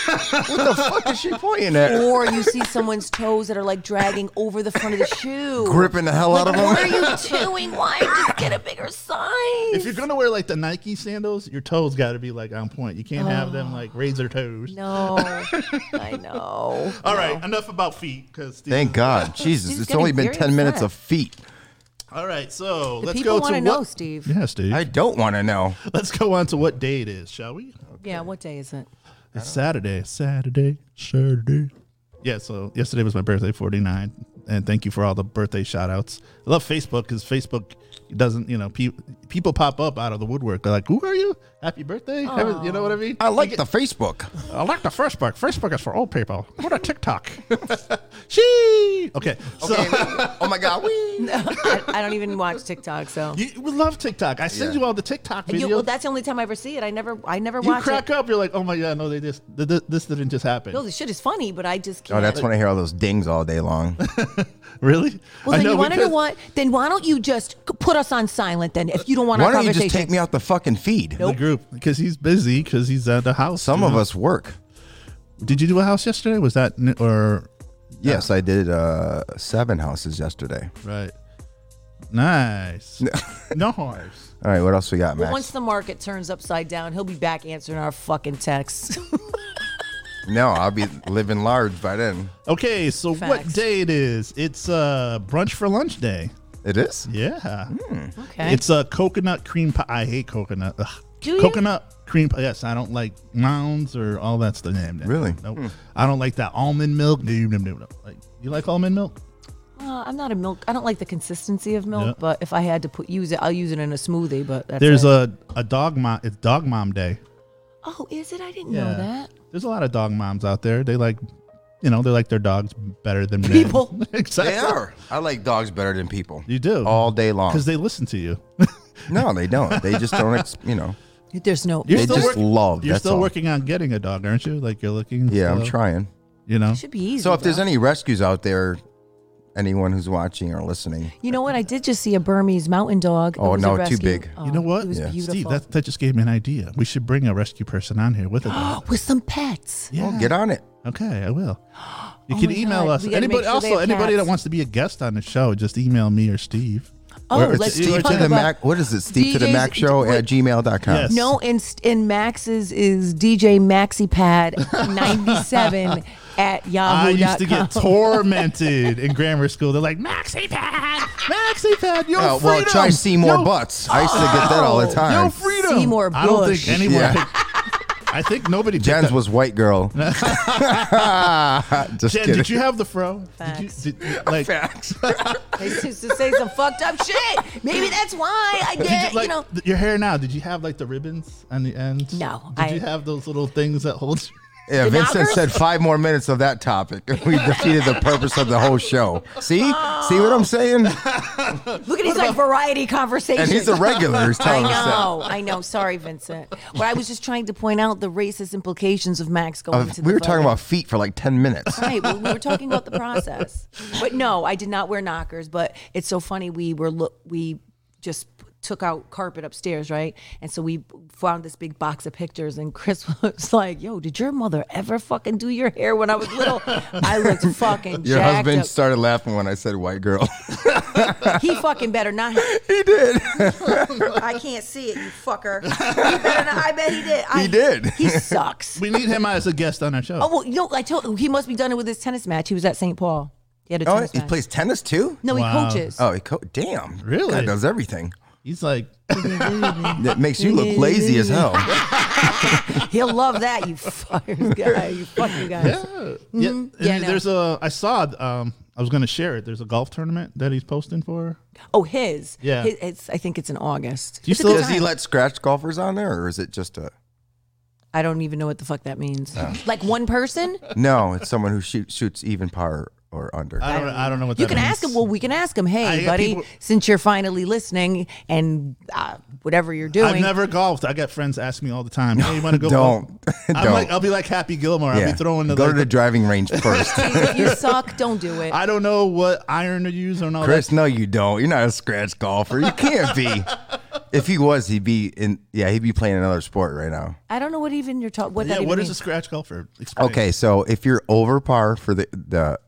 Speaker 3: what the fuck is she pointing at?
Speaker 6: or you see someone's toes that are like dragging over the front of the shoe.
Speaker 3: Gripping the hell out of
Speaker 6: Like, what are
Speaker 3: him.
Speaker 6: you doing? Why just get a bigger
Speaker 9: if
Speaker 6: size?
Speaker 9: you're gonna wear like the Nike sandals, your toes got to be like on point. You can't have them like razor toes.
Speaker 6: Oh. No, I know.
Speaker 9: All right, enough about feet, because Steve.
Speaker 3: Thank God, Jesus!
Speaker 6: She's
Speaker 3: it's
Speaker 6: getting
Speaker 3: only been
Speaker 6: very
Speaker 3: ten minutes
Speaker 6: upset.
Speaker 3: of feet.
Speaker 9: All right, so
Speaker 6: The
Speaker 9: let's
Speaker 6: people
Speaker 9: go
Speaker 6: want
Speaker 9: to
Speaker 6: to know,
Speaker 9: what.
Speaker 6: Steve.
Speaker 9: Yeah, Steve.
Speaker 3: I don't want to know.
Speaker 9: Let's go on to what day it is, shall we?
Speaker 6: Yeah, what day is it?
Speaker 9: It's Saturday. Saturday. Saturday. Yeah, so yesterday was my birthday, 49. And thank you for all the birthday shout outs. I love Facebook because Facebook doesn't, you know, pe- people pop up out of the woodwork. They're like, who are you? Happy birthday. Happy- You know what I mean?
Speaker 3: I like the Facebook.
Speaker 9: I like the Facebook. Facebook is for old people. What a TikTok. she. Okay. So
Speaker 3: Okay, oh my God, we.
Speaker 6: I, I don't even watch TikTok, so.
Speaker 9: you you would love TikTok. I send
Speaker 3: Yeah.
Speaker 9: you all the TikTok
Speaker 6: You-
Speaker 9: videos.
Speaker 6: well, that's the only time I ever see it. I never, I never
Speaker 9: you
Speaker 6: watch
Speaker 9: crack
Speaker 6: it.
Speaker 9: up. You're like, oh my God, no, they just, th- th- this didn't just happen.
Speaker 6: No, this shit is funny, but I just can't.
Speaker 3: Oh, that's when I hear all those dings all day long.
Speaker 9: Really?
Speaker 6: well, then you want to know
Speaker 9: because-
Speaker 6: what? Then why don't you just c- put us on silent then if you don't want
Speaker 3: Why
Speaker 6: our
Speaker 3: don't you
Speaker 6: conversation?
Speaker 3: just take me out the fucking feed?
Speaker 9: The group because he's busy because he's at the house.
Speaker 3: Some
Speaker 9: you
Speaker 3: of
Speaker 9: know?
Speaker 3: us work.
Speaker 9: Did you do a house yesterday? Was that n- or
Speaker 3: Yes, I did uh, seven houses yesterday.
Speaker 9: right? Nice. no horse.
Speaker 3: All right, what else we got, Max?
Speaker 6: Once the market turns upside down, he'll be back answering our fucking texts.
Speaker 3: no, I'll be living large by then.
Speaker 9: Okay, so what
Speaker 6: Facts.
Speaker 9: day it is? It's uh brunch for lunch day.
Speaker 3: It is.
Speaker 9: Yeah.
Speaker 6: Hmm. okay.
Speaker 9: It's a uh, coconut cream pie. I hate coconut. Ugh.
Speaker 6: Do you?
Speaker 9: Coconut cream pie. Yes, I don't like mounds or all that's the name.
Speaker 3: Really? Hmm.
Speaker 9: Nope. I don't like that almond milk. No, no, no, no. Like, you like almond milk?
Speaker 6: Uh, I'm not a milk. I don't like the consistency of milk,
Speaker 9: Yeah.
Speaker 6: but if I had to put use it, I'll use it in a smoothie. But that's
Speaker 9: There's
Speaker 6: it.
Speaker 9: a a dog mom. It's dog mom day.
Speaker 6: oh, is it? I didn't
Speaker 9: Yeah.
Speaker 6: know that.
Speaker 9: There's a lot of dog moms out there. They like, you know, they like their dogs better than men.
Speaker 6: People.
Speaker 9: exactly.
Speaker 3: They are. I like dogs better than people.
Speaker 9: You do
Speaker 3: all day long.
Speaker 9: because they listen to you.
Speaker 3: no, they don't. They just don't. Ex- you know.
Speaker 6: There's no.
Speaker 9: You're
Speaker 3: They
Speaker 9: still
Speaker 3: just
Speaker 9: work-
Speaker 3: love,
Speaker 9: You're
Speaker 3: that's
Speaker 9: still
Speaker 3: all.
Speaker 9: working on getting a dog, aren't you? Like you're looking.
Speaker 3: Yeah, I'm
Speaker 9: so,
Speaker 3: trying.
Speaker 9: You know.
Speaker 6: It should be easy.
Speaker 3: So if there's
Speaker 6: though.
Speaker 3: any rescues out there, anyone who's watching or listening.
Speaker 6: You know what? I did just see a Burmese mountain dog. that
Speaker 3: Oh,
Speaker 6: was a
Speaker 3: no, too
Speaker 6: rescue.
Speaker 3: big.
Speaker 6: Oh,
Speaker 9: You know what?
Speaker 6: It was
Speaker 3: Yeah.
Speaker 6: beautiful.
Speaker 9: Steve, that, that just gave me an idea. We should bring a rescue person on here with us.
Speaker 6: Oh, With some pets.
Speaker 9: yeah.
Speaker 3: Get on it.
Speaker 9: Okay, I will. You
Speaker 6: Oh
Speaker 9: can
Speaker 6: my
Speaker 9: email
Speaker 6: God,
Speaker 9: us.
Speaker 6: we gotta
Speaker 9: Anybody
Speaker 6: make sure they
Speaker 9: also
Speaker 6: have
Speaker 9: anybody that
Speaker 6: cats.
Speaker 9: wants to be a guest on the show, just email me or Steve.
Speaker 6: Oh,
Speaker 9: Or-
Speaker 6: let's
Speaker 9: Steve
Speaker 3: Steve
Speaker 6: talk
Speaker 3: to the
Speaker 6: about-
Speaker 3: Mac. What is it? Steve to the
Speaker 6: DJs
Speaker 3: Mac Show at gmail.com.
Speaker 9: Yes.
Speaker 6: No, Oh, and st- and Max's is DJ MaxiPad ninety seven at yahoo.
Speaker 9: I used to get tormented in grammar school. They're like, Maxi Pad, Maxi Pad, yo,
Speaker 3: Oh,
Speaker 9: freedom.
Speaker 3: well, try Seymour
Speaker 9: yo,
Speaker 3: Butts. I used to get that all
Speaker 6: Oh.
Speaker 3: the
Speaker 9: Yo,
Speaker 3: time.
Speaker 9: freedom.
Speaker 6: Seymour
Speaker 9: I don't
Speaker 6: Bush.
Speaker 9: think anyone.
Speaker 3: Yeah.
Speaker 9: picked- I think nobody. picked
Speaker 3: Jen's
Speaker 9: that.
Speaker 3: was white girl. Just
Speaker 9: Jen,
Speaker 3: kidding.
Speaker 9: did you have the fro?
Speaker 6: Facts.
Speaker 9: Did you, did, like,
Speaker 3: Facts.
Speaker 6: They used to say some fucked up shit. Maybe that's why I
Speaker 9: Did you,
Speaker 6: get you,
Speaker 9: like,
Speaker 6: know.
Speaker 9: th- your hair now? Did you have like the ribbons on the end?
Speaker 6: No,
Speaker 9: Did
Speaker 6: I-
Speaker 9: you have those little things that hold?
Speaker 3: Yeah,
Speaker 6: The
Speaker 3: Vincent
Speaker 6: knockers?
Speaker 3: said five more minutes of that topic, and we defeated the purpose of the whole show. See, see what I'm saying?
Speaker 6: Look at these like variety conversations.
Speaker 3: And he's a regular. He's
Speaker 6: I
Speaker 3: telling us that.
Speaker 6: know, I know. Sorry, Vincent. But I was just trying to point out the racist implications of Max going
Speaker 3: Uh,
Speaker 6: to.
Speaker 3: we
Speaker 6: the
Speaker 3: were talking
Speaker 6: voting.
Speaker 3: about feet for like ten minutes.
Speaker 6: Right. Well, we were talking about the process. But no, I did not wear knockers. But it's so funny. We were look. We just took out carpet upstairs, right? And so we found this big box of pictures. And Chris was like, "Yo, did your mother ever fucking do your hair when I was little? I looked fucking
Speaker 3: Your
Speaker 6: jacked
Speaker 3: husband
Speaker 6: up.
Speaker 3: started laughing when I said white girl.
Speaker 6: he fucking better not. have-
Speaker 3: he did.
Speaker 6: I can't see it, you fucker. He better not. I bet he did. I,
Speaker 3: He did.
Speaker 6: He sucks.
Speaker 9: We need him as a guest on our show.
Speaker 6: Oh well, you know, I told he must be done it with his tennis match. He was at St. Paul. He had a
Speaker 3: Oh,
Speaker 6: tennis
Speaker 3: he
Speaker 6: match.
Speaker 3: plays tennis too.
Speaker 6: no,
Speaker 9: Wow.
Speaker 6: he coaches.
Speaker 3: Oh, he co- damn.
Speaker 9: Really?
Speaker 3: God does everything.
Speaker 9: He's like,
Speaker 3: That makes you look lazy as hell.
Speaker 6: He'll love that, you fuckers guy. You fucking guys.
Speaker 9: yeah. and
Speaker 6: Mm-hmm. Yeah, I know.
Speaker 9: there's a. I saw. Um, I was gonna share it. There's a golf tournament that he's posting for.
Speaker 6: Oh, his.
Speaker 9: Yeah.
Speaker 6: His- it's I think it's in August.
Speaker 9: Do you
Speaker 6: It's a
Speaker 9: still-
Speaker 6: good
Speaker 3: Does he
Speaker 6: time.
Speaker 3: let scratch golfers on there, or is it just a?
Speaker 6: I don't even know what the fuck that means.
Speaker 9: Oh.
Speaker 6: Like one person?
Speaker 3: No, it's someone who shoots shoots even par or under.
Speaker 9: I don't. I don't know what
Speaker 6: You
Speaker 9: that
Speaker 6: can
Speaker 9: means.
Speaker 6: ask him. Well, we can ask him.
Speaker 9: I
Speaker 6: Hey,
Speaker 9: got
Speaker 6: buddy,
Speaker 9: people-
Speaker 6: since you're finally listening and uh, whatever you're doing,
Speaker 9: I've never golfed. I got friends ask me all the time. Hey, you want to go?
Speaker 3: Don't.
Speaker 9: golf? I'm
Speaker 3: Don't.
Speaker 9: like, I'll be like Happy Gilmore. I'll be throwing the.
Speaker 3: Go
Speaker 9: like,
Speaker 3: to the driving range first.
Speaker 6: if you suck, don't do it.
Speaker 9: I don't know what iron to use or all
Speaker 3: Chris, no, you don't. You're not a scratch golfer. You can't be. if he was, he'd be in. Yeah, he'd be playing another sport right now.
Speaker 6: I don't know what even you're talking. What
Speaker 9: that.
Speaker 6: that
Speaker 9: Yeah,
Speaker 6: even
Speaker 9: what is
Speaker 6: means.
Speaker 9: a scratch golfer? Explain.
Speaker 3: Okay, so if you're over par for the the,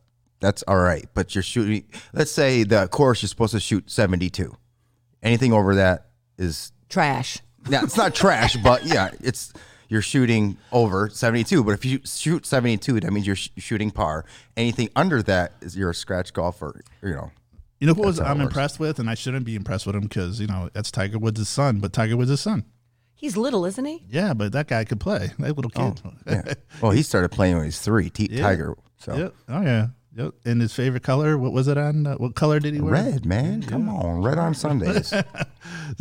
Speaker 3: that's all right. But you're shooting. Let's say the course you're supposed to shoot 72. Anything over that is
Speaker 6: Trash.
Speaker 3: now it's not trash, but yeah, it's you're shooting over 72. But if you shoot 72, that means you're sh- shooting par. Anything under that is you're a scratch golfer. You know.
Speaker 9: You know who was
Speaker 3: how it
Speaker 9: I'm
Speaker 3: works.
Speaker 9: impressed with, and I shouldn't be impressed with him because you know that's Tiger Woods' son. But Tiger Woods' son.
Speaker 6: He's little, isn't he?
Speaker 9: Yeah, but that guy could play. That little kid.
Speaker 3: Oh, Yeah. Well, he started playing when he's three. T- Tiger. So.
Speaker 9: Yep. Oh yeah. Yep. And his favorite color? What was it on? Uh, what color did he wear?
Speaker 3: Red, man. Come on. Red on Sundays.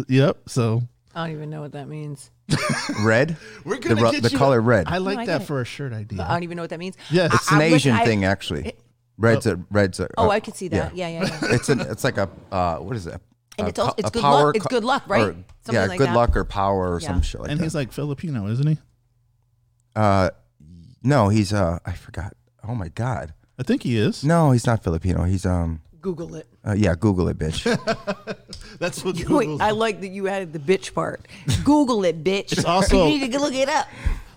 Speaker 9: Yep. So
Speaker 6: I don't even know what that means.
Speaker 3: red?
Speaker 9: we're
Speaker 3: The, ru- the color red.
Speaker 9: I like
Speaker 6: Oh, I
Speaker 9: that
Speaker 6: get it.
Speaker 9: for a shirt idea.
Speaker 6: I don't even know what that means.
Speaker 9: Yes.
Speaker 6: I-
Speaker 9: It's
Speaker 3: it's an
Speaker 6: I wish
Speaker 3: Asian
Speaker 6: I-
Speaker 3: thing, actually. Red's a red's a.
Speaker 6: Oh,
Speaker 3: uh,
Speaker 6: I could see that. Yeah, yeah, yeah.
Speaker 3: It's an it's like a uh, what is it?
Speaker 6: And
Speaker 3: A
Speaker 6: it's also-
Speaker 3: po-
Speaker 6: it's
Speaker 3: a
Speaker 6: good
Speaker 3: power
Speaker 6: luck- it's
Speaker 3: co-
Speaker 6: good luck, right?
Speaker 3: or-
Speaker 6: Something
Speaker 3: yeah,
Speaker 6: like
Speaker 3: good
Speaker 6: that.
Speaker 3: luck or power or
Speaker 6: Yeah.
Speaker 3: some shit like
Speaker 9: and
Speaker 3: that.
Speaker 9: he's like Filipino, isn't he?
Speaker 3: uh, no, he's uh, I forgot. Oh my god.
Speaker 9: I think he is.
Speaker 3: No, he's not Filipino. He's um,
Speaker 6: Google it.
Speaker 3: uh, yeah, Google it, bitch.
Speaker 9: That's what
Speaker 6: Wait,
Speaker 9: Google's.
Speaker 6: I like that you added the bitch part. Google it, bitch. It's
Speaker 9: also-
Speaker 6: you need to look it up.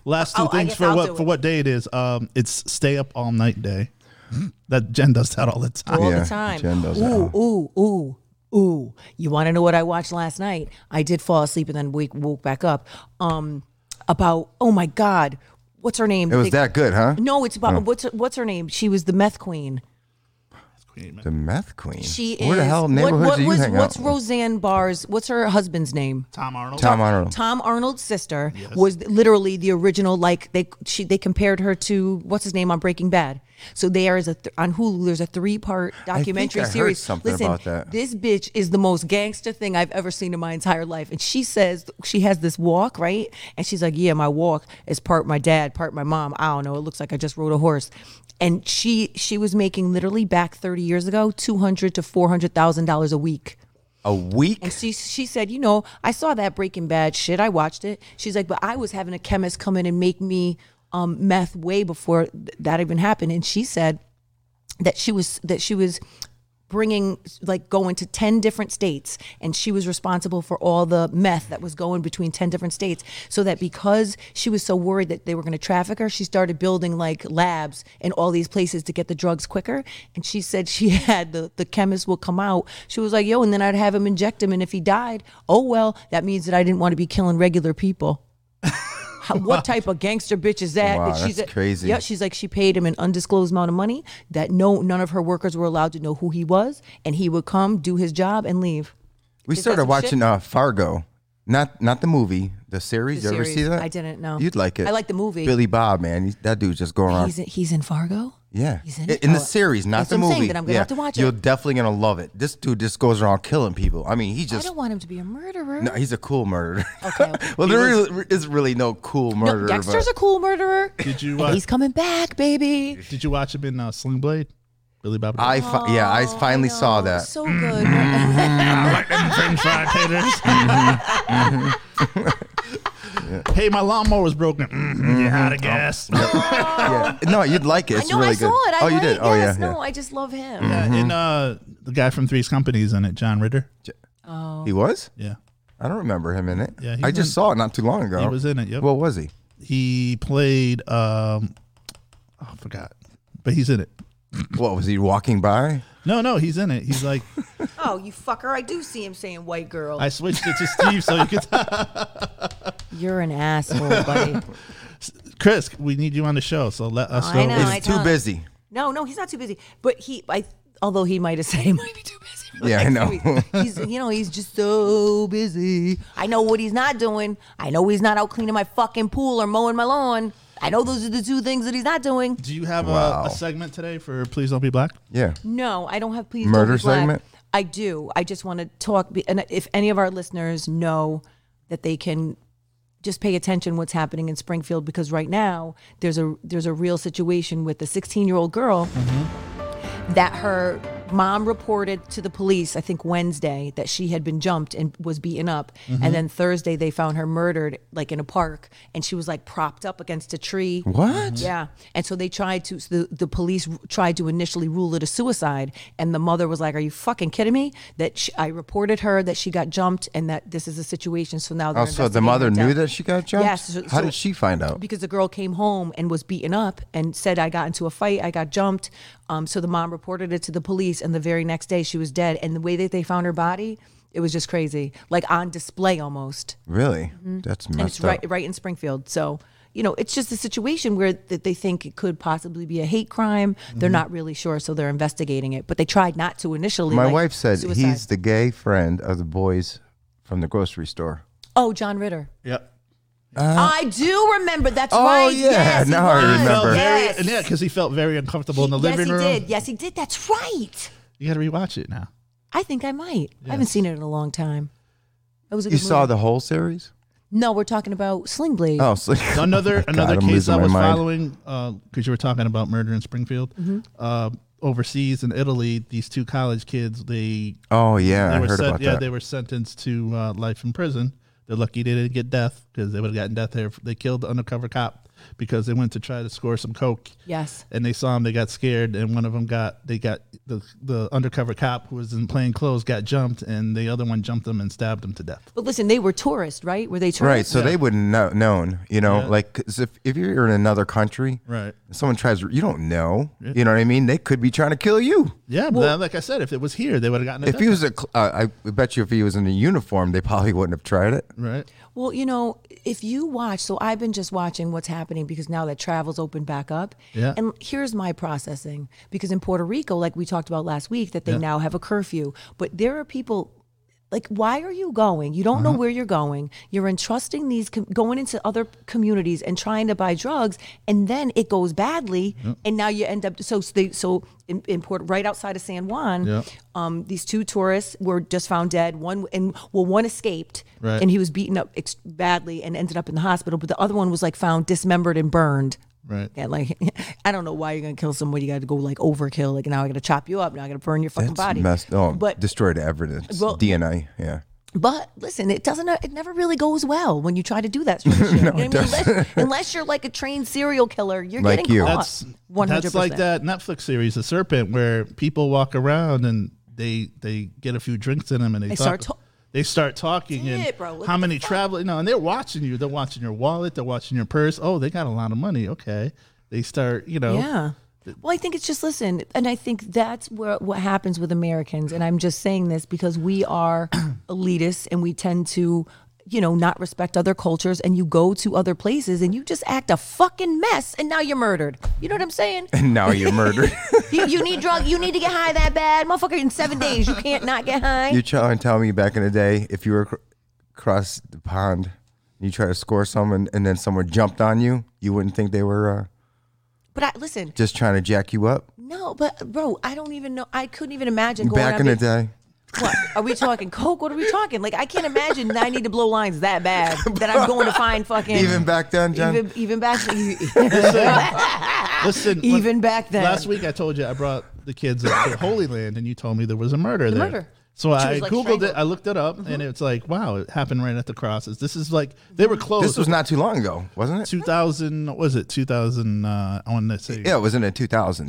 Speaker 9: Last two
Speaker 6: Oh, I
Speaker 9: things
Speaker 6: guess
Speaker 9: for
Speaker 6: I'll
Speaker 9: what
Speaker 6: do
Speaker 9: for
Speaker 6: it.
Speaker 9: what day it is. Um, it's stay up all night day. that Jen does that all the time.
Speaker 6: all
Speaker 3: Yeah,
Speaker 6: the time.
Speaker 3: Jen does that.
Speaker 6: ooh, ooh, ooh, ooh. You want to know what I watched last night? I did fall asleep and then wake, woke back up. Um, about oh my god, what's her name?
Speaker 3: it was that Oh. good, huh?
Speaker 6: No, it's about what's her, what's her name? She was the meth queen.
Speaker 3: The meth queen.
Speaker 6: She
Speaker 3: Where the
Speaker 6: is-
Speaker 3: hell
Speaker 6: what-
Speaker 3: neighborhoods
Speaker 6: what
Speaker 3: do you
Speaker 6: was-
Speaker 3: hang
Speaker 6: What's
Speaker 3: out? with?
Speaker 6: Roseanne Barr's? What's her husband's name?
Speaker 9: Tom Arnold.
Speaker 3: Tom Arnold.
Speaker 6: Tom Arnold's sister was literally the original. Like they, she, they compared her to what's his name on Breaking Bad. So there is a th- on Hulu. There's a three part documentary
Speaker 3: I heard
Speaker 6: series.
Speaker 3: something
Speaker 6: Listen,
Speaker 3: about that.
Speaker 6: this bitch is the most gangster thing I've ever seen in my entire life. And she says she has this walk, right? And she's like, "Yeah, my walk is part my dad, part my mom. I don't know. It looks like I just rode a horse." And she she was making literally back 30 years ago 200 to 400 thousand dollars a week.
Speaker 3: A week.
Speaker 6: And she she said, you know, I saw that Breaking Bad shit. I watched it. She's like, but I was having a chemist come in and make me um, meth way before th- that even happened. And she said that she was that she was bringing like going to 10 different states and she was responsible for all the meth that was going between 10 different states so that because she was so worried that they were going to traffic her she started building like labs in all these places to get the drugs quicker and she said she had the the chemist will come out she was like yo and then I'd have him inject him and if he died oh well that means that I didn't want to be killing regular people how, what type of gangster bitch is that?
Speaker 3: Wow,
Speaker 6: that she's
Speaker 3: that's
Speaker 6: a-
Speaker 3: crazy.
Speaker 6: Yeah, she's like she paid him an undisclosed amount of money that no none of her workers were allowed to know who he was, and he would come do his job and leave.
Speaker 3: We
Speaker 6: Is that
Speaker 3: started
Speaker 6: some
Speaker 3: watching
Speaker 6: shit?
Speaker 3: uh, Fargo. Not not the movie, the series.
Speaker 6: The
Speaker 3: you ever see
Speaker 6: series.
Speaker 3: that?
Speaker 6: I didn't, no.
Speaker 3: You'd like it.
Speaker 6: I like the movie.
Speaker 3: Billy Bob, man. He- That dude's just going around.
Speaker 6: He's in, he's in Fargo.
Speaker 3: yeah.
Speaker 6: he's in
Speaker 3: I-
Speaker 6: it?
Speaker 3: the
Speaker 6: Oh,
Speaker 3: series, not
Speaker 6: that's
Speaker 3: the
Speaker 6: what I'm
Speaker 3: movie.
Speaker 6: saying, that I'm gonna
Speaker 3: yeah.
Speaker 6: have to watch
Speaker 3: You're
Speaker 6: it.
Speaker 3: definitely going to love it. This dude just goes around killing people. I mean, he
Speaker 6: I
Speaker 3: just.
Speaker 6: don't want him to be a murderer.
Speaker 3: No, he's a cool murderer.
Speaker 6: Okay, okay.
Speaker 3: well, there is really is really no cool
Speaker 6: No,
Speaker 3: murderer.
Speaker 6: Dexter's
Speaker 3: but-
Speaker 6: a cool murderer.
Speaker 9: Did you
Speaker 6: And
Speaker 9: uh,
Speaker 6: he's coming back, baby.
Speaker 9: did you watch him in uh, Sling Blade? Billy Bob.
Speaker 3: I fi- yeah, I finally saw
Speaker 6: Oh,
Speaker 3: that. Mm.
Speaker 6: So good.
Speaker 9: French fried taters. Mm-hmm. Hey, my lawnmower was broken. Mhm, You're out of gas.
Speaker 3: yeah. No, you'd like it.
Speaker 6: I
Speaker 3: It's
Speaker 6: know
Speaker 3: really
Speaker 6: I saw
Speaker 3: good.
Speaker 6: it. I
Speaker 3: oh, you
Speaker 6: like
Speaker 3: did.
Speaker 6: It.
Speaker 3: Oh,
Speaker 6: yes,
Speaker 3: yeah. Mm.
Speaker 6: No, I just love him.
Speaker 9: And uh, the guy from Three's Companies in it, John Ritter.
Speaker 3: yeah. He was.
Speaker 9: Yeah,
Speaker 3: I don't remember him in it.
Speaker 9: Yeah, he
Speaker 3: I
Speaker 9: was
Speaker 3: just
Speaker 9: in-
Speaker 3: saw it not too long ago.
Speaker 9: he was in it. Yep.
Speaker 3: What was he?
Speaker 9: he played. Um, oh, I forgot, but he's in it.
Speaker 3: What was he walking by?
Speaker 9: No, no, he's in it. He's like,
Speaker 6: Oh, you fucker! I do see him saying white girl.
Speaker 9: I switched it to Steve so you could.
Speaker 6: You're an asshole, buddy.
Speaker 9: Chris, we need you on the show, so let us
Speaker 6: Oh, I know,
Speaker 9: know.
Speaker 3: He's
Speaker 6: I
Speaker 3: too
Speaker 6: don't-
Speaker 3: busy.
Speaker 6: No, no, he's not too busy. But he, I, although he might have said he might be too busy. for the
Speaker 3: Yeah, I
Speaker 6: next
Speaker 3: know.
Speaker 6: few weeks. he's, you know, he's just so busy. I know what he's not doing. I know he's not out cleaning my fucking pool or mowing my lawn. I know those are the two things that he's not doing.
Speaker 9: Do you have
Speaker 3: Wow.
Speaker 9: a, a segment today for Please Don't Be Black?
Speaker 3: Yeah.
Speaker 6: No, I don't have please.
Speaker 3: Murder
Speaker 6: Don't Be Black.
Speaker 3: segment?
Speaker 6: I do. I just want to talk. be- And if any of our listeners know that they can just pay attention what's happening in Springfield because right now there's a there's a real situation with the 16 year old girl
Speaker 3: Mm-hmm.
Speaker 6: that her mom reported to the police i think wednesday that she had been jumped and was beaten up
Speaker 3: Mm-hmm.
Speaker 6: and then thursday they found her murdered like in a park and she was like propped up against a tree
Speaker 3: What?
Speaker 6: yeah and so they tried to so the, the police tried to initially rule it a suicide and the mother was like are you fucking kidding me that she, i reported her that she got jumped and that this is a situation so now they're
Speaker 3: Oh, so the
Speaker 6: investigating
Speaker 3: mother
Speaker 6: her
Speaker 3: knew
Speaker 6: death.
Speaker 3: that she got jumped.
Speaker 6: Yes, so-
Speaker 3: How
Speaker 6: so-
Speaker 3: did she find out?
Speaker 6: because the girl came home and was beaten up and said i got into a fight i got jumped um, so the mom reported it to the police and the very next day she was dead and the way that they found her body it was just crazy like on display almost
Speaker 3: Really? That's messed
Speaker 6: Mm-hmm. and it's
Speaker 3: up.
Speaker 6: right right in springfield so you know it's just a situation where that they think it could possibly be a hate crime
Speaker 3: Mm-hmm.
Speaker 6: they're not really sure so they're investigating it but they tried not to initially
Speaker 3: My
Speaker 6: like,
Speaker 3: wife said
Speaker 6: suicide.
Speaker 3: he's the gay friend of the boys from the grocery store.
Speaker 6: oh john ritter
Speaker 9: Yep.
Speaker 6: i do remember that's
Speaker 3: Oh,
Speaker 6: right
Speaker 3: yeah,
Speaker 6: yes, he
Speaker 3: now I
Speaker 6: was.
Speaker 3: remember.
Speaker 9: Felt very,
Speaker 6: yes.
Speaker 9: and yeah, because he felt very uncomfortable in the
Speaker 6: yes,
Speaker 9: living
Speaker 6: he
Speaker 9: room.
Speaker 6: did. Yes, he did. That's right.
Speaker 9: You got to rewatch it now.
Speaker 6: I think I might. I haven't
Speaker 9: Yes.
Speaker 6: seen it in a long time. It was a
Speaker 3: You
Speaker 6: good
Speaker 3: saw
Speaker 6: movie.
Speaker 3: the whole series?
Speaker 6: No, we're talking about Sling Blade.
Speaker 3: Oh, so
Speaker 9: Another
Speaker 3: God,
Speaker 9: another
Speaker 3: I'm
Speaker 9: case
Speaker 3: losing
Speaker 9: I
Speaker 3: my
Speaker 9: was
Speaker 3: mind.
Speaker 9: following because you were talking about murder in Springfield.
Speaker 6: Mm-hmm.
Speaker 9: Uh, overseas in Italy, these two college kids they
Speaker 3: Oh yeah,
Speaker 9: they
Speaker 3: I
Speaker 9: were
Speaker 3: heard
Speaker 9: sen-
Speaker 3: about
Speaker 9: yeah
Speaker 3: that.
Speaker 9: they were sentenced to uh, life in prison. They're lucky they didn't get death because they would have gotten death there. if They killed the undercover cop because they went to try to score some coke.
Speaker 6: Yes.
Speaker 9: and they saw him. They got scared, and one of them got they got the the undercover cop who was in plain clothes got jumped, and the other one jumped him and stabbed him to death.
Speaker 6: But listen, they were tourists, right? Were they
Speaker 3: Right,
Speaker 6: tourists?
Speaker 3: so they wouldn't know, known, you know, like 'cause if if you're in another country,
Speaker 9: Right.
Speaker 3: Someone tries, you don't know, you know what I mean? They could be trying to kill you.
Speaker 9: Yeah, but like I said, if it was here, they would have gotten a
Speaker 3: If
Speaker 9: death
Speaker 3: he was a, cl- uh, I bet you, if he was in a uniform, they probably wouldn't have tried it.
Speaker 9: right.
Speaker 6: Well, you know, if you watch, so I've been just watching what's happening because now that travel's opened back up.
Speaker 9: Yeah.
Speaker 6: And here's my processing because in Puerto Rico, like we talked about last week, that they now have a curfew, but there are people. Like, why are you going? You don't know
Speaker 9: Uh-huh.
Speaker 6: where you're going. You're entrusting these, com- going into other communities and trying to buy drugs, and then it goes badly, and now you end up. So, they, so in, in Puerto, right outside of San Juan,
Speaker 9: Yeah.
Speaker 6: um, these two tourists were just found dead. One and well, one escaped,
Speaker 9: Right.
Speaker 6: and he was beaten up ex- badly and ended up in the hospital. But the other one was like found dismembered and burned.
Speaker 9: Right.
Speaker 6: Yeah, like I don't know why you're gonna kill somebody. You got to go like overkill. Like now I got to chop you up. Now I got to burn your fucking body.
Speaker 3: Messed, oh,
Speaker 6: but
Speaker 3: destroyed evidence,
Speaker 6: Well-
Speaker 3: DNA. Yeah,
Speaker 6: but listen, it doesn't. It never really goes well when you try to do that sort of shit. You know what I mean? unless, unless you're like a trained serial killer, you're
Speaker 3: Like
Speaker 6: getting
Speaker 3: you.
Speaker 6: caught.
Speaker 9: That's
Speaker 6: 100%.
Speaker 9: that's like that Netflix series, The Serpent, where people walk around and they they get a few drinks in them and they,
Speaker 6: They
Speaker 9: talk,
Speaker 6: start to-
Speaker 9: they start talking
Speaker 6: That's
Speaker 9: and
Speaker 6: it, bro. Look
Speaker 9: how
Speaker 6: at the
Speaker 9: many
Speaker 6: fuck.
Speaker 9: travel no and they're watching you they're watching your wallet they're watching your purse oh they got a lot of money okay they start you know
Speaker 6: Yeah. Well, I think it's just listen, and I think that's where what happens with Americans. And I'm just saying this because we are elitists, and we tend to, you know, not respect other cultures. And you go to other places, and you just act a fucking mess, and now you're murdered. You know what I'm saying?
Speaker 3: And now you're murdered.
Speaker 6: you, you need drug. You need to get high that bad, motherfucker. In seven days, you can't not get high.
Speaker 3: you try and tell me back in the day if you were cr- across the pond, you try to score someone, and then someone jumped on you, you wouldn't think they were uh,
Speaker 6: but I, listen,
Speaker 3: just trying to jack you up.
Speaker 6: no, but bro, I don't even know. I couldn't even imagine going
Speaker 3: back
Speaker 6: out
Speaker 3: in the
Speaker 6: being-
Speaker 3: day,
Speaker 6: What are we talking? Coke? What are we talking? Like I can't imagine that I need to blow lines that bad that I'm going to find fucking
Speaker 3: even back then, John.
Speaker 6: even, even back
Speaker 9: listen when-
Speaker 6: even back then.
Speaker 9: last week I told you I brought the kids up to Holy Land, and you told me there was a murder there.
Speaker 6: murder.
Speaker 9: So I
Speaker 6: was, like,
Speaker 9: googled it.
Speaker 6: strangled. Mm-hmm.
Speaker 9: I looked it up, and it's like, wow, it happened right at the crosses. This is like they
Speaker 6: Mm-hmm.
Speaker 9: were closed.
Speaker 3: this was not too long ago, wasn't it?
Speaker 9: 2000. what Was it 2000? Uh, I want to say
Speaker 3: Yeah, it was in the 2000s.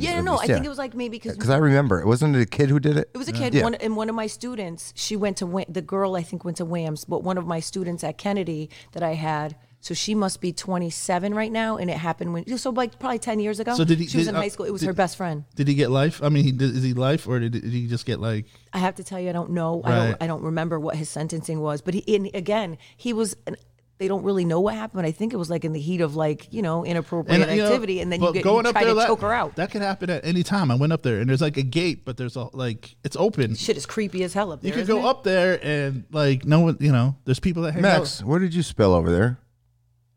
Speaker 6: Yeah,
Speaker 3: at
Speaker 6: no, no.
Speaker 3: least,
Speaker 6: I
Speaker 3: yeah.
Speaker 6: think it was like maybe because
Speaker 3: Because I remember it wasn't it a kid who did it.
Speaker 6: It was a kid, one, and one of my students, she went to Wha- the girl I think went to Wham's, but one of my students at Kennedy that I had, so she must be 27 right now, and it happened when so like probably 10 years ago.
Speaker 9: So did he-
Speaker 6: she was
Speaker 9: did,
Speaker 6: in
Speaker 9: uh,
Speaker 6: high school. It was
Speaker 9: did-
Speaker 6: her best friend.
Speaker 9: Did he get life? I mean, he, did, is he life, or did, did he just get like?
Speaker 6: I have to tell you, I don't know. I
Speaker 9: Right.
Speaker 6: don't. I don't remember what his sentencing was. But he, and again, he was. An, they don't really know what happened. But I think it was like in the heat of like you know inappropriate
Speaker 9: you know,
Speaker 6: activity, and then you
Speaker 9: but
Speaker 6: get you try to
Speaker 9: that,
Speaker 6: choke her out.
Speaker 9: That could happen at any time. I went up there, and there's like a gate, but there's a like it's open.
Speaker 6: Shit is creepy as hell up there.
Speaker 9: you could
Speaker 6: isn't
Speaker 9: go
Speaker 6: it?
Speaker 9: up there and like no one, you know, there's people that hang
Speaker 3: Max, what did you spill over there?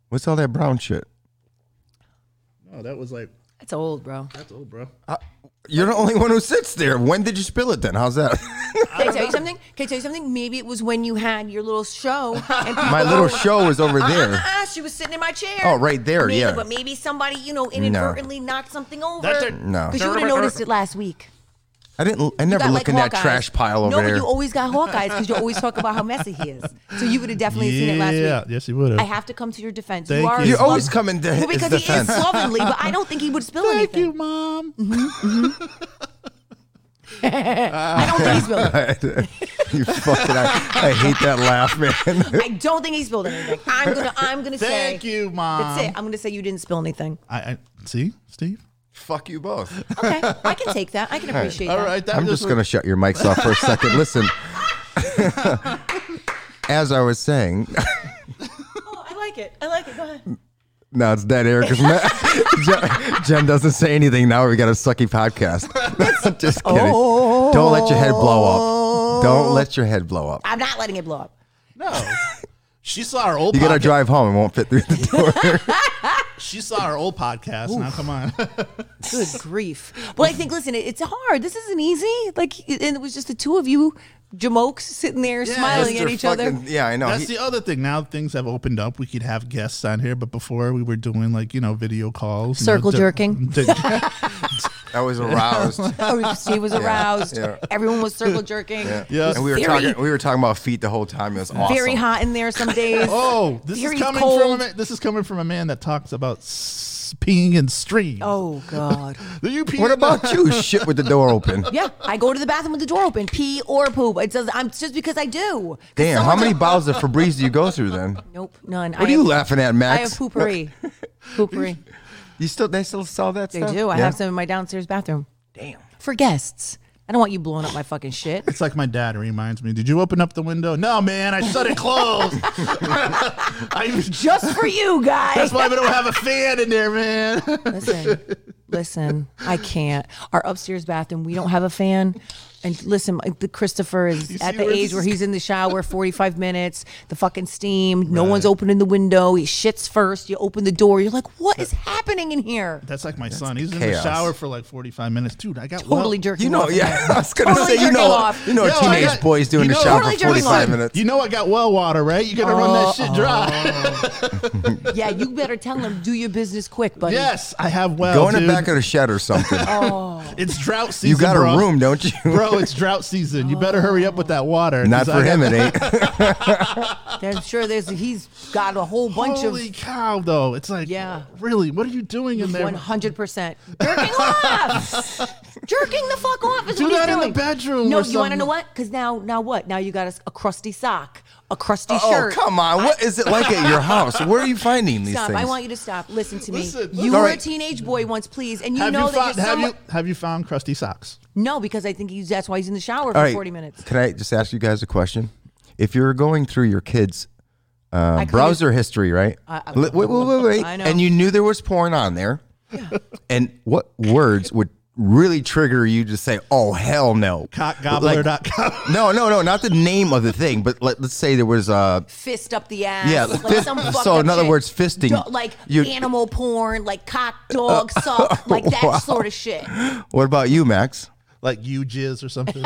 Speaker 3: What's all that brown shit?
Speaker 9: out. Oh, that was like
Speaker 6: It's old, bro.
Speaker 9: that's old, bro.
Speaker 3: You're the only one who sits there. When did you spill it then? How's that?
Speaker 6: Can I tell you something? Can I tell you something? Maybe it was when you had your little show. And
Speaker 3: My little show is over
Speaker 6: Uh,
Speaker 3: there.
Speaker 6: uh, she was sitting in my chair.
Speaker 3: Oh, right there,
Speaker 6: Maybe-
Speaker 3: yeah.
Speaker 6: But maybe somebody, you know, inadvertently knocked something over.
Speaker 3: No.
Speaker 6: Because you would have noticed it last week.
Speaker 3: I didn't. I never
Speaker 6: got,
Speaker 3: look in
Speaker 6: like,
Speaker 3: that
Speaker 6: Hawkeyes.
Speaker 3: trash pile over
Speaker 6: no,
Speaker 3: there.
Speaker 6: but you always got Hawkeyes because you always talk about how messy he is. So you would have definitely seen it last week.
Speaker 9: Yeah, yes, he would have.
Speaker 6: I have to come to your defense.
Speaker 9: Thank
Speaker 6: you are
Speaker 9: you.
Speaker 6: a
Speaker 9: You
Speaker 6: sloven-
Speaker 3: always come in de-
Speaker 6: well,
Speaker 3: his
Speaker 6: because
Speaker 3: defense.
Speaker 6: he is slovenly, but I don't think he would spill
Speaker 9: Thank
Speaker 6: anything.
Speaker 9: you, mom.
Speaker 6: I don't think he spilled. it.
Speaker 3: you fucking. I, I hate that laugh, man.
Speaker 6: I don't think he spilled anything. I'm gonna. I'm gonna say.
Speaker 9: Thank you, mom.
Speaker 6: That's it. I'm gonna say you didn't spill anything.
Speaker 9: I, I see, Steve.
Speaker 3: Fuck you both.
Speaker 6: Okay, I can take that. I can appreciate
Speaker 9: All
Speaker 6: that.
Speaker 9: right, that
Speaker 3: I'm
Speaker 9: was-
Speaker 3: just gonna shut your mics off for a second. Listen. As I was saying,
Speaker 6: Oh, I like it. I like it. Go ahead.
Speaker 3: now it's dead air because Jen, Jen doesn't say anything. Now we got a sucky podcast. just kidding. Don't let your head blow up. Don't let your head blow up.
Speaker 6: I'm not letting it blow up.
Speaker 9: No. She saw our old.
Speaker 3: You gotta
Speaker 9: podca-
Speaker 3: drive home. It won't fit through the door.
Speaker 9: She saw our old podcast. Now come on.
Speaker 6: Good grief. Well, I think, listen, it, it's hard. This isn't easy. Like, and it was just the two of you, jamokes, sitting there smiling at
Speaker 3: Mr.
Speaker 6: each
Speaker 3: fucking-
Speaker 6: other.
Speaker 3: Yeah, I know.
Speaker 9: That's
Speaker 3: He-
Speaker 9: the other thing. Now things have opened up. We could have guests on here, but before we were doing like you know video calls, you know,
Speaker 6: Circle
Speaker 9: di-
Speaker 6: jerking.
Speaker 9: di-
Speaker 3: I was aroused.
Speaker 6: Oh, she was aroused.
Speaker 3: yeah.
Speaker 6: Everyone was circle jerking.
Speaker 9: Yeah.
Speaker 3: And we were
Speaker 6: Very-
Speaker 3: talking. We were talking about feet the whole time. It was awesome.
Speaker 6: Very hot in there some days.
Speaker 9: oh, this
Speaker 6: Very
Speaker 9: is coming from a,
Speaker 6: cold.
Speaker 9: ma- this is coming from a man that talks about s- peeing in streams.
Speaker 6: Oh, God.
Speaker 9: Do you pee
Speaker 3: What
Speaker 9: in the-
Speaker 3: about you? Shit with the door open.
Speaker 6: Yeah, I go to the bathroom with the door open, pee or poop. It does. I'm it's just because I do. 'Cause
Speaker 3: Damn. How
Speaker 6: someone
Speaker 3: many
Speaker 6: told-
Speaker 3: bottles of Febreze do you go through then?
Speaker 6: Nope, none.
Speaker 3: What are you laughing at,
Speaker 6: I
Speaker 3: Max?
Speaker 6: have poopery. poopery.
Speaker 3: You still? They still sell that
Speaker 6: They
Speaker 3: stuff?
Speaker 6: do. I
Speaker 3: Yeah.
Speaker 6: have some in my downstairs bathroom. Damn. For guests. I don't want you blowing up my fucking shit.
Speaker 9: It's like my dad reminds me. Did you open up the window? No, man. I shut it closed. I
Speaker 6: Just for you guys.
Speaker 9: That's why we don't have a fan in there, man.
Speaker 6: Listen, listen, I can't. Our upstairs bathroom, we don't have a fan. And listen, my- the Christopher is at
Speaker 9: see
Speaker 6: the
Speaker 9: where
Speaker 6: age
Speaker 9: this
Speaker 6: where
Speaker 9: is
Speaker 6: he's in the shower 45 minutes, the fucking steam, no one's opening the window, he shits first, you open the door, you're like, what is happening in here?
Speaker 9: That's like my son. He's in the
Speaker 3: chaos.
Speaker 9: shower for like 45 minutes. Dude, I got
Speaker 6: Totally
Speaker 9: well.
Speaker 6: jerking
Speaker 3: You know,
Speaker 6: off in
Speaker 3: yeah.
Speaker 6: there.
Speaker 3: I was gonna
Speaker 6: Totally
Speaker 3: say, you know,
Speaker 6: jerking off.
Speaker 3: you know,
Speaker 9: Yo,
Speaker 3: a
Speaker 9: I
Speaker 3: teenage
Speaker 9: got-
Speaker 3: boys doing
Speaker 9: you
Speaker 3: the
Speaker 9: know-
Speaker 3: shower
Speaker 6: Totally
Speaker 3: for
Speaker 6: jerking
Speaker 3: forty-five
Speaker 6: off.
Speaker 3: minutes.
Speaker 9: You know I got well water, right? You gotta run that shit dry.
Speaker 6: Yeah, you better tell him, do your business quick, buddy.
Speaker 9: yes, I have well.
Speaker 3: Go in
Speaker 9: dude.
Speaker 6: Oh,
Speaker 3: the back of the shed or something.
Speaker 9: it's drought season.
Speaker 3: you got
Speaker 9: bro.
Speaker 3: a room, don't you?
Speaker 9: bro? yo, it's drought season. You better hurry up with that water.
Speaker 3: Not
Speaker 9: 'cause
Speaker 3: for
Speaker 9: I got-
Speaker 3: him, it ain't.
Speaker 6: I'm sure there's he's got a whole bunch
Speaker 9: Holy
Speaker 6: of
Speaker 9: cow, though. It's like,
Speaker 6: Yeah.
Speaker 9: really? What are you doing in there?
Speaker 6: 100 percent jerking off, jerking the fuck off is
Speaker 9: Do
Speaker 6: what he's
Speaker 9: that in the
Speaker 6: doing.
Speaker 9: bedroom
Speaker 6: No, you
Speaker 9: or
Speaker 6: want to
Speaker 9: something.
Speaker 6: know what? Because now, now what? Now you got a, a crusty sock, a crusty
Speaker 3: oh,
Speaker 6: shirt.
Speaker 3: come on. What is it like at your house? Where are you finding these
Speaker 6: Stop!
Speaker 3: things?
Speaker 6: I want you to stop. Listen to me.
Speaker 9: Listen,
Speaker 6: You
Speaker 9: listen.
Speaker 6: were
Speaker 3: All
Speaker 6: a
Speaker 3: right.
Speaker 6: teenage boy once, please, and you
Speaker 9: Have
Speaker 6: know
Speaker 9: you,
Speaker 6: that
Speaker 9: found,
Speaker 6: you're
Speaker 9: have,
Speaker 6: somewhat-
Speaker 9: you, have you found crusty socks?
Speaker 6: No, because I think he's that's why he's in the shower for
Speaker 3: All right,
Speaker 6: 40 minutes.
Speaker 3: Can I just ask you guys a question? If you're going through your kids'
Speaker 6: I
Speaker 3: uh,
Speaker 6: couldn't-
Speaker 3: browser history, right?
Speaker 6: I-
Speaker 3: Li- wait, wait, wait, wait.
Speaker 6: I know.
Speaker 3: And you knew there was porn on there. And what words would really trigger you to say, "Oh hell no"? Like-
Speaker 9: Cockgobbler.com.
Speaker 3: no, no, no, not the name of the thing, but let, let's say there was uh,
Speaker 6: Fist up the ass.
Speaker 3: Yeah,
Speaker 6: Like
Speaker 3: fist-
Speaker 6: some fucked
Speaker 3: so
Speaker 6: up
Speaker 3: in other
Speaker 6: shit.
Speaker 3: words, fisting.
Speaker 6: Do- like
Speaker 3: You-
Speaker 6: animal porn, like cock, dog, suck, like that
Speaker 3: Wow.
Speaker 6: sort of shit.
Speaker 3: what about you, Max?
Speaker 9: like you jizz or something.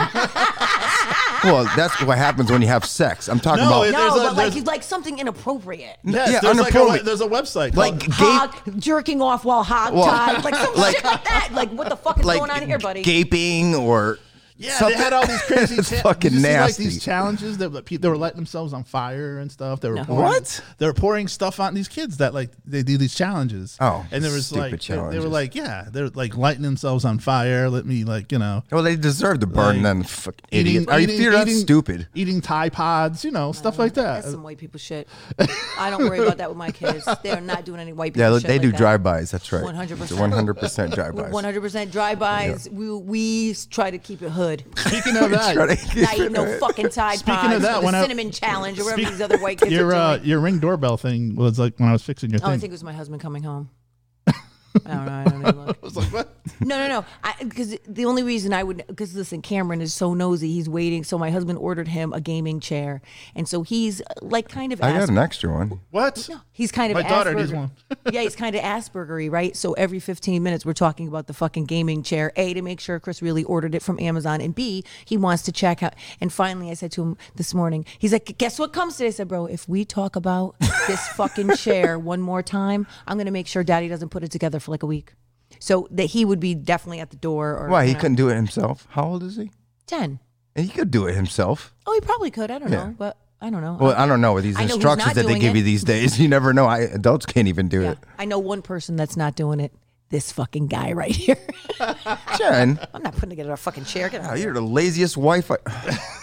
Speaker 3: Well, that's what happens when you have sex. I'm talking
Speaker 9: No,
Speaker 3: about
Speaker 9: it-
Speaker 6: No,
Speaker 9: There's a-
Speaker 6: but like
Speaker 9: there's-
Speaker 6: you like something inappropriate.
Speaker 9: yes,
Speaker 3: Yeah,
Speaker 9: there's, like a,
Speaker 3: unappropriate.
Speaker 9: we- there's a website.
Speaker 3: like
Speaker 9: called-
Speaker 3: gape,
Speaker 6: Hog, jerking off while hog
Speaker 3: Well,
Speaker 6: tied, like some
Speaker 3: like-
Speaker 6: shit like that. Like what the fuck is
Speaker 3: like
Speaker 6: going on here, buddy?
Speaker 3: gaping or
Speaker 9: yeah,
Speaker 3: something.
Speaker 9: they had all these crazy.
Speaker 3: it's
Speaker 9: cha-
Speaker 3: fucking
Speaker 9: Did you see,
Speaker 3: nasty.
Speaker 9: Like these challenges that like, pe- they were lighting themselves on fire and stuff. They were
Speaker 6: No.
Speaker 9: pouring,
Speaker 3: What?
Speaker 9: They were pouring stuff on these kids that like they do these challenges.
Speaker 3: Oh,
Speaker 9: and there was
Speaker 3: stupid
Speaker 9: like they, they were
Speaker 3: challenges.
Speaker 9: like yeah they're like lighting themselves on fire. Let me like you know.
Speaker 3: well, they deserve to burn.
Speaker 9: Like,
Speaker 3: then fucking idiot. Are you
Speaker 9: eating-
Speaker 3: you're not
Speaker 9: eating-
Speaker 3: stupid?
Speaker 9: Eating Tide Pods, you know, stuff like that.
Speaker 6: That's some white people shit. I don't worry about that with my kids. They're not doing any white people
Speaker 3: Yeah,
Speaker 6: shit.
Speaker 3: they
Speaker 6: like
Speaker 3: do
Speaker 6: that.
Speaker 3: drive-bys. That's right.
Speaker 6: 100%.
Speaker 3: One hundred percent drive-bys.
Speaker 6: 100% drive-bys. We, we s- try to keep it hood.
Speaker 9: Speaking of
Speaker 3: Try
Speaker 9: that,
Speaker 3: to-
Speaker 6: Not eating no fucking Tide
Speaker 9: Speaking
Speaker 6: Pods
Speaker 9: of that,
Speaker 6: or the
Speaker 9: when I-
Speaker 6: Cinnamon Challenge or whatever these other white kids
Speaker 9: your
Speaker 6: are
Speaker 9: uh,
Speaker 6: doing.
Speaker 9: your ring doorbell thing was like when I was fixing your
Speaker 6: oh, I
Speaker 9: thing.
Speaker 6: think it was my husband coming home. I don't know. I don't even look.
Speaker 9: I was like, what?
Speaker 6: No, no, no. Because the only reason I would, because listen, Cameron is so nosy. He's waiting. So my husband ordered him a gaming chair, and so he's uh, like kind of.
Speaker 3: I got
Speaker 6: Asper-
Speaker 3: an extra one.
Speaker 9: What?
Speaker 6: He's kind of
Speaker 9: My daughter needs
Speaker 6: Asperger-
Speaker 9: one.
Speaker 6: yeah, he's kind of Aspergery, right? So every 15 minutes, we're talking about the fucking gaming chair. A to make sure Chris really ordered it from Amazon, and B he wants to check out. And finally, I said to him this morning, he's like, "Guess what comes today?" I said, "Bro, if we talk about this fucking chair one more time, I'm gonna make sure Daddy doesn't put it together for like a week." So that he would be definitely at the door. Or
Speaker 3: Why
Speaker 6: you
Speaker 3: he
Speaker 6: know,
Speaker 3: couldn't do it himself? How old is he?
Speaker 6: ten.
Speaker 3: And he could do it himself.
Speaker 6: Oh, he probably could. I don't
Speaker 3: Yeah.
Speaker 6: know, but I don't know.
Speaker 3: Well, I don't know with these
Speaker 6: I know who's
Speaker 3: instructions
Speaker 6: not
Speaker 3: that they
Speaker 6: doing
Speaker 3: give
Speaker 6: it.
Speaker 3: you these days. You never know. I, adults can't even do
Speaker 6: yeah,
Speaker 3: it.
Speaker 6: I know one person that's not doing it. This fucking guy right here.
Speaker 3: Jen,
Speaker 6: I'm not putting together a fucking chair. Get out of
Speaker 3: oh,
Speaker 6: here.
Speaker 3: you're the laziest wife. I,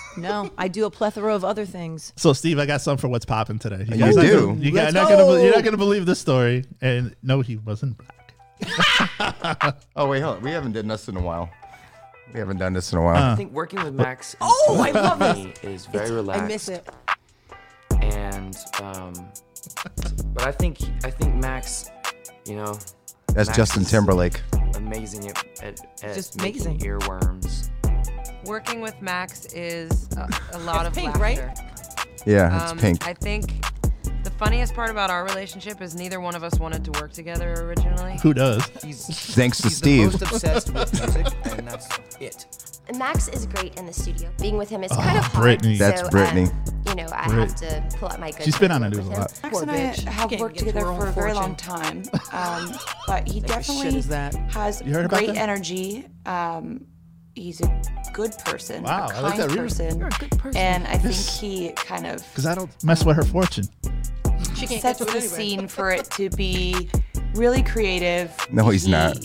Speaker 6: No, I do a plethora of other things.
Speaker 9: So, Steve, I got something for what's popping today. You,
Speaker 3: do?
Speaker 9: Gonna, you guys
Speaker 6: Let's
Speaker 9: not gonna, be- you're
Speaker 6: go.
Speaker 9: not going to believe this story. And no, he wasn't black.
Speaker 3: oh wait, hold on. We haven't done this in a while. We haven't done this in a while.
Speaker 1: I
Speaker 9: Uh.
Speaker 1: think working with Max. and
Speaker 6: Oh, I
Speaker 1: talking to
Speaker 6: love
Speaker 1: me
Speaker 6: this.
Speaker 1: Is very
Speaker 6: It's-
Speaker 1: relaxed.
Speaker 6: I miss it.
Speaker 1: And um, but I think I think Max, you know,
Speaker 3: That's
Speaker 1: Max
Speaker 3: Justin
Speaker 1: is
Speaker 3: Timberlake.
Speaker 1: Amazing at, at, at
Speaker 6: Just
Speaker 1: making
Speaker 6: amazing.
Speaker 1: earworms.
Speaker 10: Working with Max is a, a lot of
Speaker 6: pink, right?
Speaker 10: laughter.
Speaker 3: Yeah, it's
Speaker 10: Um,
Speaker 3: pink.
Speaker 10: I think the funniest part about our relationship is neither one of us wanted to work together originally.
Speaker 9: Who does?
Speaker 1: He's
Speaker 3: Thanks to
Speaker 1: he's
Speaker 3: Steve.
Speaker 1: The most obsessed with music, and that's it.
Speaker 11: Max is great in the studio. Being with him is kind of hard.
Speaker 9: Ah, Brittany.
Speaker 3: That's
Speaker 11: so, um,
Speaker 3: Brittany.
Speaker 11: you know, I
Speaker 9: Brit.
Speaker 11: have to pull out my good.
Speaker 9: She's been on the
Speaker 11: it
Speaker 9: news a lot.
Speaker 6: Poor bitch. Can't even get to her own fortune.
Speaker 10: time, um, but he
Speaker 6: Like, what shit is that?
Speaker 10: has
Speaker 9: You heard about that?
Speaker 10: energy. Um, he's a good person,
Speaker 9: Wow, I like that.
Speaker 10: person,
Speaker 6: Good person.
Speaker 10: and I think he kind of
Speaker 9: Because I don't mess with her fortune.
Speaker 6: she can't
Speaker 10: sets the scene for it to be really creative.
Speaker 3: No, he's not.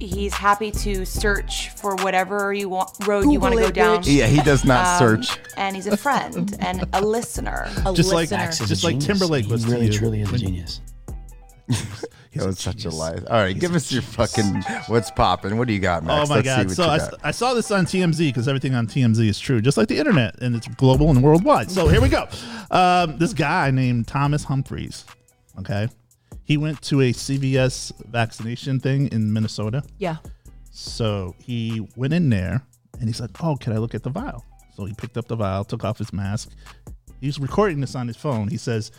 Speaker 10: He's happy to search for whatever you want road you want to
Speaker 6: Google
Speaker 10: go
Speaker 6: it,
Speaker 10: down.
Speaker 6: bitch.
Speaker 3: Yeah, he does not
Speaker 10: Um,
Speaker 3: search.
Speaker 10: And he's a friend and a listener.
Speaker 6: A
Speaker 9: Just like,
Speaker 6: listener.
Speaker 9: just like Timberlake was to you. When-
Speaker 3: That was such a lie. All right, give us your fucking what's popping. What do you got,
Speaker 9: Oh
Speaker 3: Max?
Speaker 9: my
Speaker 3: Let's
Speaker 9: God!
Speaker 3: See what
Speaker 9: So
Speaker 3: you
Speaker 9: I,
Speaker 3: got.
Speaker 9: I saw this on TMZ because everything on TMZ is true, just like the internet, and it's global and worldwide. So here we go. Um, this guy named Thomas Humphreys. Okay, he went to a CVS vaccination thing in Minnesota.
Speaker 6: yeah.
Speaker 9: So he went in there and he's like, Oh, can I look at the vial? So he picked up the vial, took off his mask. He was recording this on his phone. He says,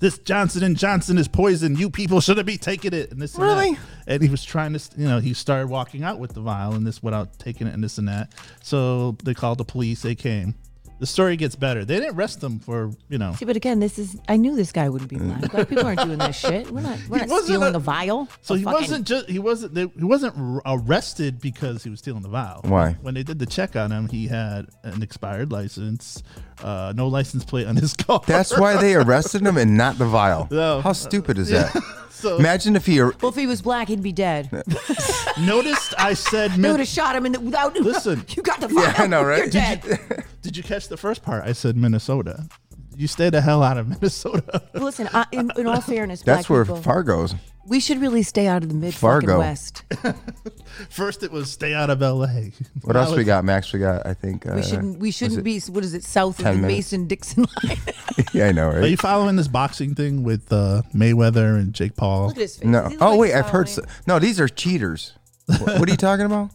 Speaker 9: This Johnson and Johnson is poison. You people shouldn't be taking it. And this and that.
Speaker 3: Really?
Speaker 9: And he was trying to, you know, he started walking out with the vial and this without taking it and this and that. So they called the police. They came. the story gets better. They didn't arrest them for you know.
Speaker 6: See, but again, this is. I knew this guy wouldn't be lying. Black people aren't doing this shit. We're not. We're
Speaker 9: He
Speaker 6: not
Speaker 9: wasn't
Speaker 6: stealing
Speaker 9: a-
Speaker 6: a, vial.
Speaker 9: So
Speaker 6: A
Speaker 9: he
Speaker 6: fucking-
Speaker 9: wasn't just he wasn't they, he wasn't r- arrested because he was stealing the vial.
Speaker 3: Why?
Speaker 9: When they did the check on him, he had an expired license, uh, no license plate on his car.
Speaker 3: That's why they arrested him and not the vial.
Speaker 9: No.
Speaker 3: How stupid is
Speaker 9: Yeah.
Speaker 3: that?
Speaker 9: So-
Speaker 3: Imagine if he.
Speaker 6: Well, if he was black, he'd be dead.
Speaker 9: Noticed I said
Speaker 6: They
Speaker 9: men-
Speaker 6: would have shot him in the, without.
Speaker 9: Listen.
Speaker 6: you got the vial.
Speaker 3: I know, right?
Speaker 6: You're
Speaker 3: Did
Speaker 6: dead.
Speaker 9: Did you catch the first part? I said Minnesota. You stay the hell out of Minnesota.
Speaker 6: Listen, I, in, in all fairness,
Speaker 3: That's
Speaker 6: black
Speaker 3: where
Speaker 6: people,
Speaker 3: Fargo's.
Speaker 6: We should really stay out of the mid fucking
Speaker 3: Fargo.
Speaker 6: west.
Speaker 9: First it was stay out of L.A.
Speaker 3: What
Speaker 9: Now
Speaker 3: else we
Speaker 9: it's-
Speaker 3: got, Max? We got, I think. Uh,
Speaker 6: We shouldn't. We
Speaker 3: was
Speaker 6: shouldn't
Speaker 3: it-
Speaker 6: be. What is it? South of
Speaker 3: 10
Speaker 6: the
Speaker 3: minutes.
Speaker 6: Mason Dixon line.
Speaker 3: Yeah, I know,
Speaker 9: Are you
Speaker 3: right?
Speaker 9: following this boxing thing with uh, Mayweather and Jake Paul?
Speaker 6: Look at his face.
Speaker 3: No.
Speaker 6: He looks
Speaker 3: Oh
Speaker 6: like
Speaker 3: wait,
Speaker 6: he's
Speaker 3: I've heard. So,
Speaker 6: following-
Speaker 3: no, these are cheaters. Wh- what are you talking about?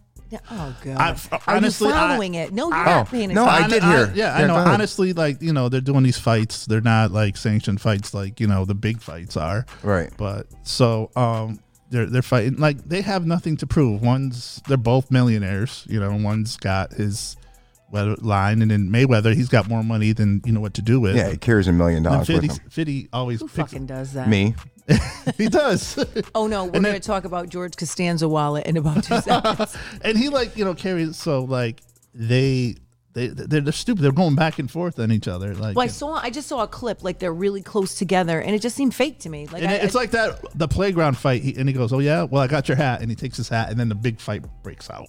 Speaker 6: Oh god.
Speaker 9: I've-
Speaker 6: Are
Speaker 9: honestly,
Speaker 6: you
Speaker 9: I-
Speaker 6: following it? No, you're
Speaker 3: Oh,
Speaker 6: not paying
Speaker 3: no,
Speaker 6: attention.
Speaker 3: I did hear.
Speaker 9: yeah, I
Speaker 3: Yeah,
Speaker 9: know.
Speaker 3: go ahead.
Speaker 9: Honestly, like you know, they're doing these fights. They're not like sanctioned fights, like you know the big fights are.
Speaker 3: Right.
Speaker 9: But so um, they're they're fighting like they have nothing to prove. One's they're both millionaires. You know, one's got his weather line, and then Mayweather, he's got more money than you know what to do with.
Speaker 3: Yeah, it carries a million dollars
Speaker 9: And
Speaker 3: with
Speaker 9: 50,
Speaker 3: him.
Speaker 9: 50 always
Speaker 6: Who
Speaker 9: picks.
Speaker 6: fucking does that?
Speaker 3: Me.
Speaker 9: He does.
Speaker 6: Oh no, we're
Speaker 9: And then-
Speaker 6: going to talk about George Costanza wallet in about two seconds.
Speaker 9: and he like you know carries so like they. They, they're, they're stupid. They're going back and forth on each other. Like,
Speaker 6: Well, I saw. I just saw a clip like they're really close together, and it just seemed fake to me. Like
Speaker 9: And
Speaker 6: I,
Speaker 9: it's
Speaker 6: I-
Speaker 9: like that the playground fight, he, and he goes, "Oh yeah, well I got your hat," and he takes his hat, and then the big fight breaks out.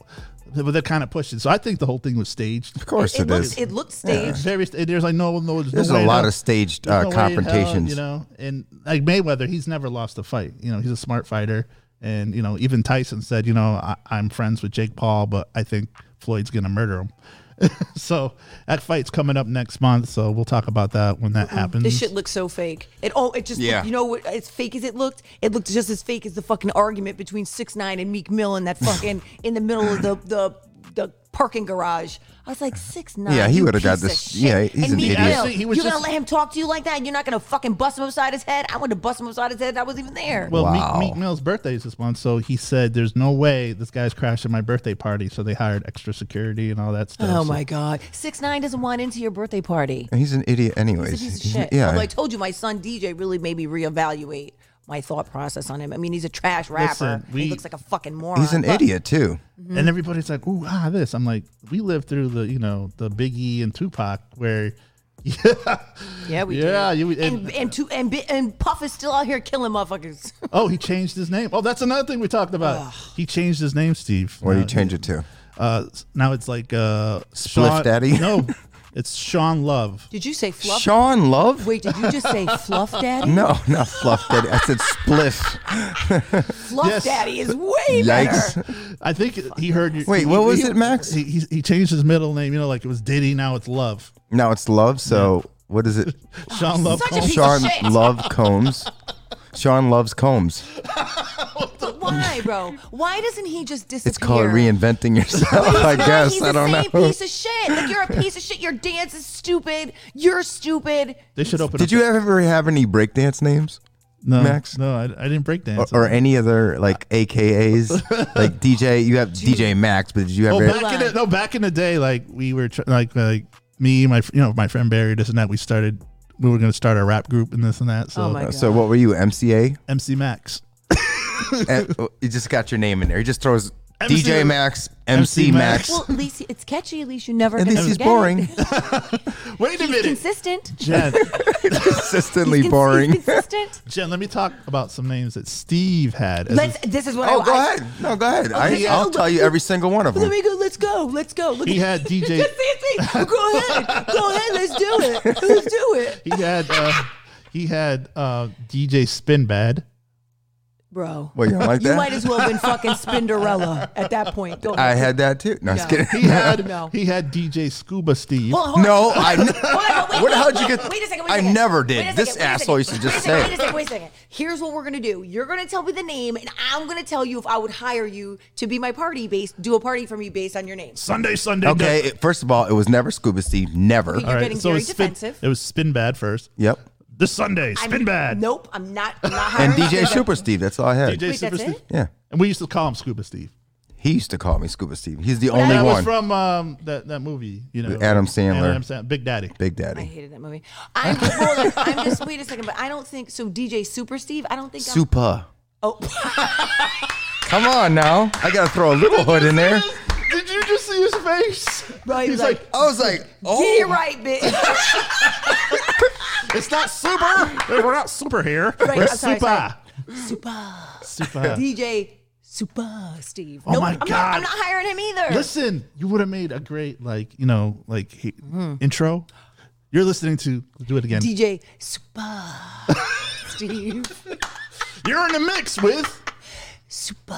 Speaker 9: But they're kind of pushing, so I think the whole thing was staged.
Speaker 3: Of course
Speaker 6: it,
Speaker 3: it
Speaker 6: looks,
Speaker 3: is.
Speaker 6: It looked
Speaker 9: It's
Speaker 6: staged.
Speaker 9: very. st- There's like no, no.
Speaker 3: There's
Speaker 9: no
Speaker 3: a
Speaker 9: way in
Speaker 3: lot
Speaker 9: hell-
Speaker 3: of staged,
Speaker 9: there's
Speaker 3: uh,
Speaker 9: way in hell,
Speaker 3: confrontations.
Speaker 9: you know, and like Mayweather, he's never lost a fight. You know, he's a smart fighter, and you know, even Tyson said, you know, I, I'm friends with Jake Paul, but I think Floyd's gonna murder him. so that fight's coming up next month, so we'll talk about that when that happens.
Speaker 6: This shit looks so fake. It oh, it just
Speaker 3: Mm. Yeah.
Speaker 6: looked, you know what? As fake as it looked, it looked just as fake as the fucking argument between Six Nine and Meek Mill in that fucking in the middle of the the the parking garage. I was like six nine.
Speaker 3: Yeah, he would've got this- yeah, he's
Speaker 6: and
Speaker 3: an
Speaker 6: Meek
Speaker 3: idiot.
Speaker 6: Mill,
Speaker 9: Actually, he was
Speaker 6: you're
Speaker 9: just-
Speaker 6: gonna let him talk to you like that? You're not gonna fucking bust him upside his head. I wanted to bust him upside his head. I wasn't even there.
Speaker 9: Well,
Speaker 3: Wow.
Speaker 9: Meek, Meek Mill's birthday is this month, so he said, "There's no way this guy's crashing my birthday party." So they hired extra security and all that stuff.
Speaker 6: oh
Speaker 9: so-
Speaker 6: my god, six nine doesn't want into your birthday party.
Speaker 3: He's an idiot, anyways.
Speaker 6: He's a piece of shit.
Speaker 3: Yeah.
Speaker 6: Although I told you, my son DJ really made me reevaluate my thought process on him. I mean, he's a trash rapper.
Speaker 9: Listen, we-
Speaker 6: he looks like a fucking moron.
Speaker 3: He's an
Speaker 6: but-
Speaker 3: idiot too.
Speaker 9: And everybody's like, "Ooh, ah, this." I'm like, "We lived through the, you know, the Biggie and Tupac, where, yeah,
Speaker 6: Yeah, we
Speaker 9: yeah,
Speaker 6: do.
Speaker 9: you
Speaker 6: and
Speaker 9: and,
Speaker 6: and, two, and Bi- and Puff is still out here killing motherfuckers.
Speaker 9: oh, he changed his name. Oh, that's another thing we talked about. He changed his name, Steve.
Speaker 3: What do you
Speaker 9: Now-
Speaker 3: change it to?
Speaker 9: Uh, s- now it's like uh,
Speaker 3: Spliff
Speaker 9: Sean-
Speaker 3: Daddy?
Speaker 9: No, it's Sean Love.
Speaker 6: Did you say fluff?
Speaker 3: Sean Love?
Speaker 6: Wait, did you just say fluff daddy?
Speaker 3: No, not fluff daddy. I said spliff.
Speaker 6: Fluff
Speaker 9: Yes.
Speaker 6: daddy is way better.
Speaker 3: Yikes.
Speaker 9: I think he heard. you-
Speaker 3: Wait,
Speaker 9: he-
Speaker 3: what was
Speaker 9: he-
Speaker 3: it, Max?
Speaker 9: He, he he changed his middle name. You know, like it was Diddy. Now it's Love.
Speaker 3: Now it's love. So what is it?
Speaker 9: Sean Love.
Speaker 6: such a
Speaker 9: Combs.
Speaker 6: piece of
Speaker 3: Sean
Speaker 6: shit.
Speaker 3: Love Combs. Sean loves Combs.
Speaker 6: But why, bro? Why doesn't he just disappear?
Speaker 3: It's called reinventing yourself.
Speaker 6: He's
Speaker 3: I
Speaker 6: not.
Speaker 3: guess
Speaker 6: he's
Speaker 3: I don't
Speaker 6: the same
Speaker 3: know.
Speaker 6: piece of shit. Like you're a piece of shit. Your dance is stupid. You're stupid.
Speaker 9: They should open.
Speaker 3: Did
Speaker 9: up
Speaker 3: you
Speaker 9: the-
Speaker 3: ever have any breakdance names?
Speaker 9: no,
Speaker 3: Max?
Speaker 9: No, I, I didn't break
Speaker 3: Or,
Speaker 9: dance.
Speaker 3: or any other like AKAs, like DJ. You have DJ Max, but did you
Speaker 9: oh,
Speaker 3: ever?
Speaker 9: back in the, no, back in the day, like we were tr- like like me, my you know my friend Barry, this and that. We started. We were gonna start a rap group and this and that. So
Speaker 6: Oh my
Speaker 3: so what were you MCA?
Speaker 9: MC Max.
Speaker 3: Eh, oh, you just got your name in there. He just throws
Speaker 9: MC
Speaker 3: DJ Max, MC
Speaker 9: MC
Speaker 3: Max.
Speaker 9: Max.
Speaker 6: Well, at least it's catchy. At least you never.
Speaker 3: At
Speaker 6: gonna
Speaker 3: least he's
Speaker 6: forget
Speaker 3: boring.
Speaker 6: It.
Speaker 9: Wait a
Speaker 6: He's
Speaker 9: minute,
Speaker 6: consistent.
Speaker 9: Jen.
Speaker 3: Consistently
Speaker 6: Cons-
Speaker 3: boring.
Speaker 6: He's consistent.
Speaker 9: Jen, let me talk about some names that Steve had. as
Speaker 6: Let's.
Speaker 9: his-
Speaker 6: This is what
Speaker 3: Oh,
Speaker 6: I.
Speaker 3: go
Speaker 6: I-
Speaker 3: ahead. No, go ahead.
Speaker 6: Okay,
Speaker 3: I, I'll
Speaker 6: I'll-
Speaker 3: tell you every single one of
Speaker 6: Let
Speaker 3: them.
Speaker 6: me go. Let's go. Let's go. Look
Speaker 9: he
Speaker 6: at
Speaker 9: had DJ.
Speaker 6: That's fancy. Go ahead. Go ahead. Let's do it. Let's do it.
Speaker 9: he had uh, he had uh, DJ Spinbad.
Speaker 6: Bro.
Speaker 3: Well, you don't like
Speaker 6: You
Speaker 3: that?
Speaker 6: might as well have been fucking Spinderella at that point. Go
Speaker 3: I
Speaker 6: ahead.
Speaker 3: had that too. No, just
Speaker 6: No.
Speaker 3: kidding.
Speaker 9: He had
Speaker 6: No.
Speaker 9: he had DJ Scuba Steve.
Speaker 6: Hold on, hold on.
Speaker 3: No, I. n-
Speaker 6: Hold on,
Speaker 3: What-
Speaker 6: wait, wait,
Speaker 3: how'd you
Speaker 6: wait,
Speaker 3: get-
Speaker 6: Wait a second. Wait a
Speaker 3: I
Speaker 6: second.
Speaker 3: never
Speaker 6: Wait a
Speaker 3: did.
Speaker 6: second,
Speaker 3: This
Speaker 6: wait a
Speaker 3: asshole
Speaker 6: second.
Speaker 3: used to just
Speaker 6: wait a
Speaker 3: say
Speaker 6: second,
Speaker 3: it.
Speaker 6: Wait a second. Wait a second. Here's what we're gonna do. You're gonna tell me the name, and I'm gonna tell you if I would hire you to be my party based, do a party for me based on your name.
Speaker 9: Sunday, Sunday.
Speaker 3: Okay,
Speaker 9: night.
Speaker 3: it- first of all, it was never Scuba Steve. Never.
Speaker 6: You're getting
Speaker 9: it
Speaker 6: very
Speaker 9: was Spin-
Speaker 6: defensive.
Speaker 9: it was Spinbad first.
Speaker 3: Yep.
Speaker 9: This Sunday,
Speaker 6: I'm-
Speaker 9: Spinbad.
Speaker 6: Nope, I'm not. I'm not
Speaker 3: And
Speaker 6: hiring.
Speaker 3: DJ
Speaker 6: Spinbad.
Speaker 3: Super Steve. That's all I had.
Speaker 9: DJ
Speaker 6: Wait,
Speaker 9: Scuba
Speaker 6: that's
Speaker 9: Steve.
Speaker 6: it?
Speaker 3: Yeah.
Speaker 9: And we used to call him Scuba Steve.
Speaker 3: He used to call me Scuba Steve. He's the
Speaker 9: Well,
Speaker 3: only
Speaker 9: that
Speaker 3: one.
Speaker 9: was from um, that that movie. You know,
Speaker 3: With Adam Sandler.
Speaker 9: Adam Sand- Big Daddy.
Speaker 3: Big Daddy.
Speaker 6: I hated that movie. I'm just, hold on. I'm just wait a second, but I don't think so. DJ Super Steve, I don't think I'm,
Speaker 3: Supa.
Speaker 6: Oh.
Speaker 3: Come on now. I gotta throw a little hood in there.
Speaker 9: Did you just see his face?
Speaker 6: Right,
Speaker 9: He's
Speaker 6: like-
Speaker 9: like,
Speaker 3: I was like, oh,
Speaker 6: Get it right, bitch.
Speaker 3: it's not super.
Speaker 9: we're not super here.
Speaker 6: Right,
Speaker 9: we're
Speaker 6: I'm sorry,
Speaker 9: super.
Speaker 6: sorry. Super.
Speaker 9: Super.
Speaker 6: DJ Super Steve.
Speaker 9: Oh my
Speaker 6: I'm not-
Speaker 9: God.
Speaker 6: I'm not hiring him either.
Speaker 9: Listen, you would have made a great like you know like he,
Speaker 6: Mm-hmm.
Speaker 9: intro. You're listening to do it again.
Speaker 6: DJ Super Steve.
Speaker 9: You're in the mix with
Speaker 6: Super.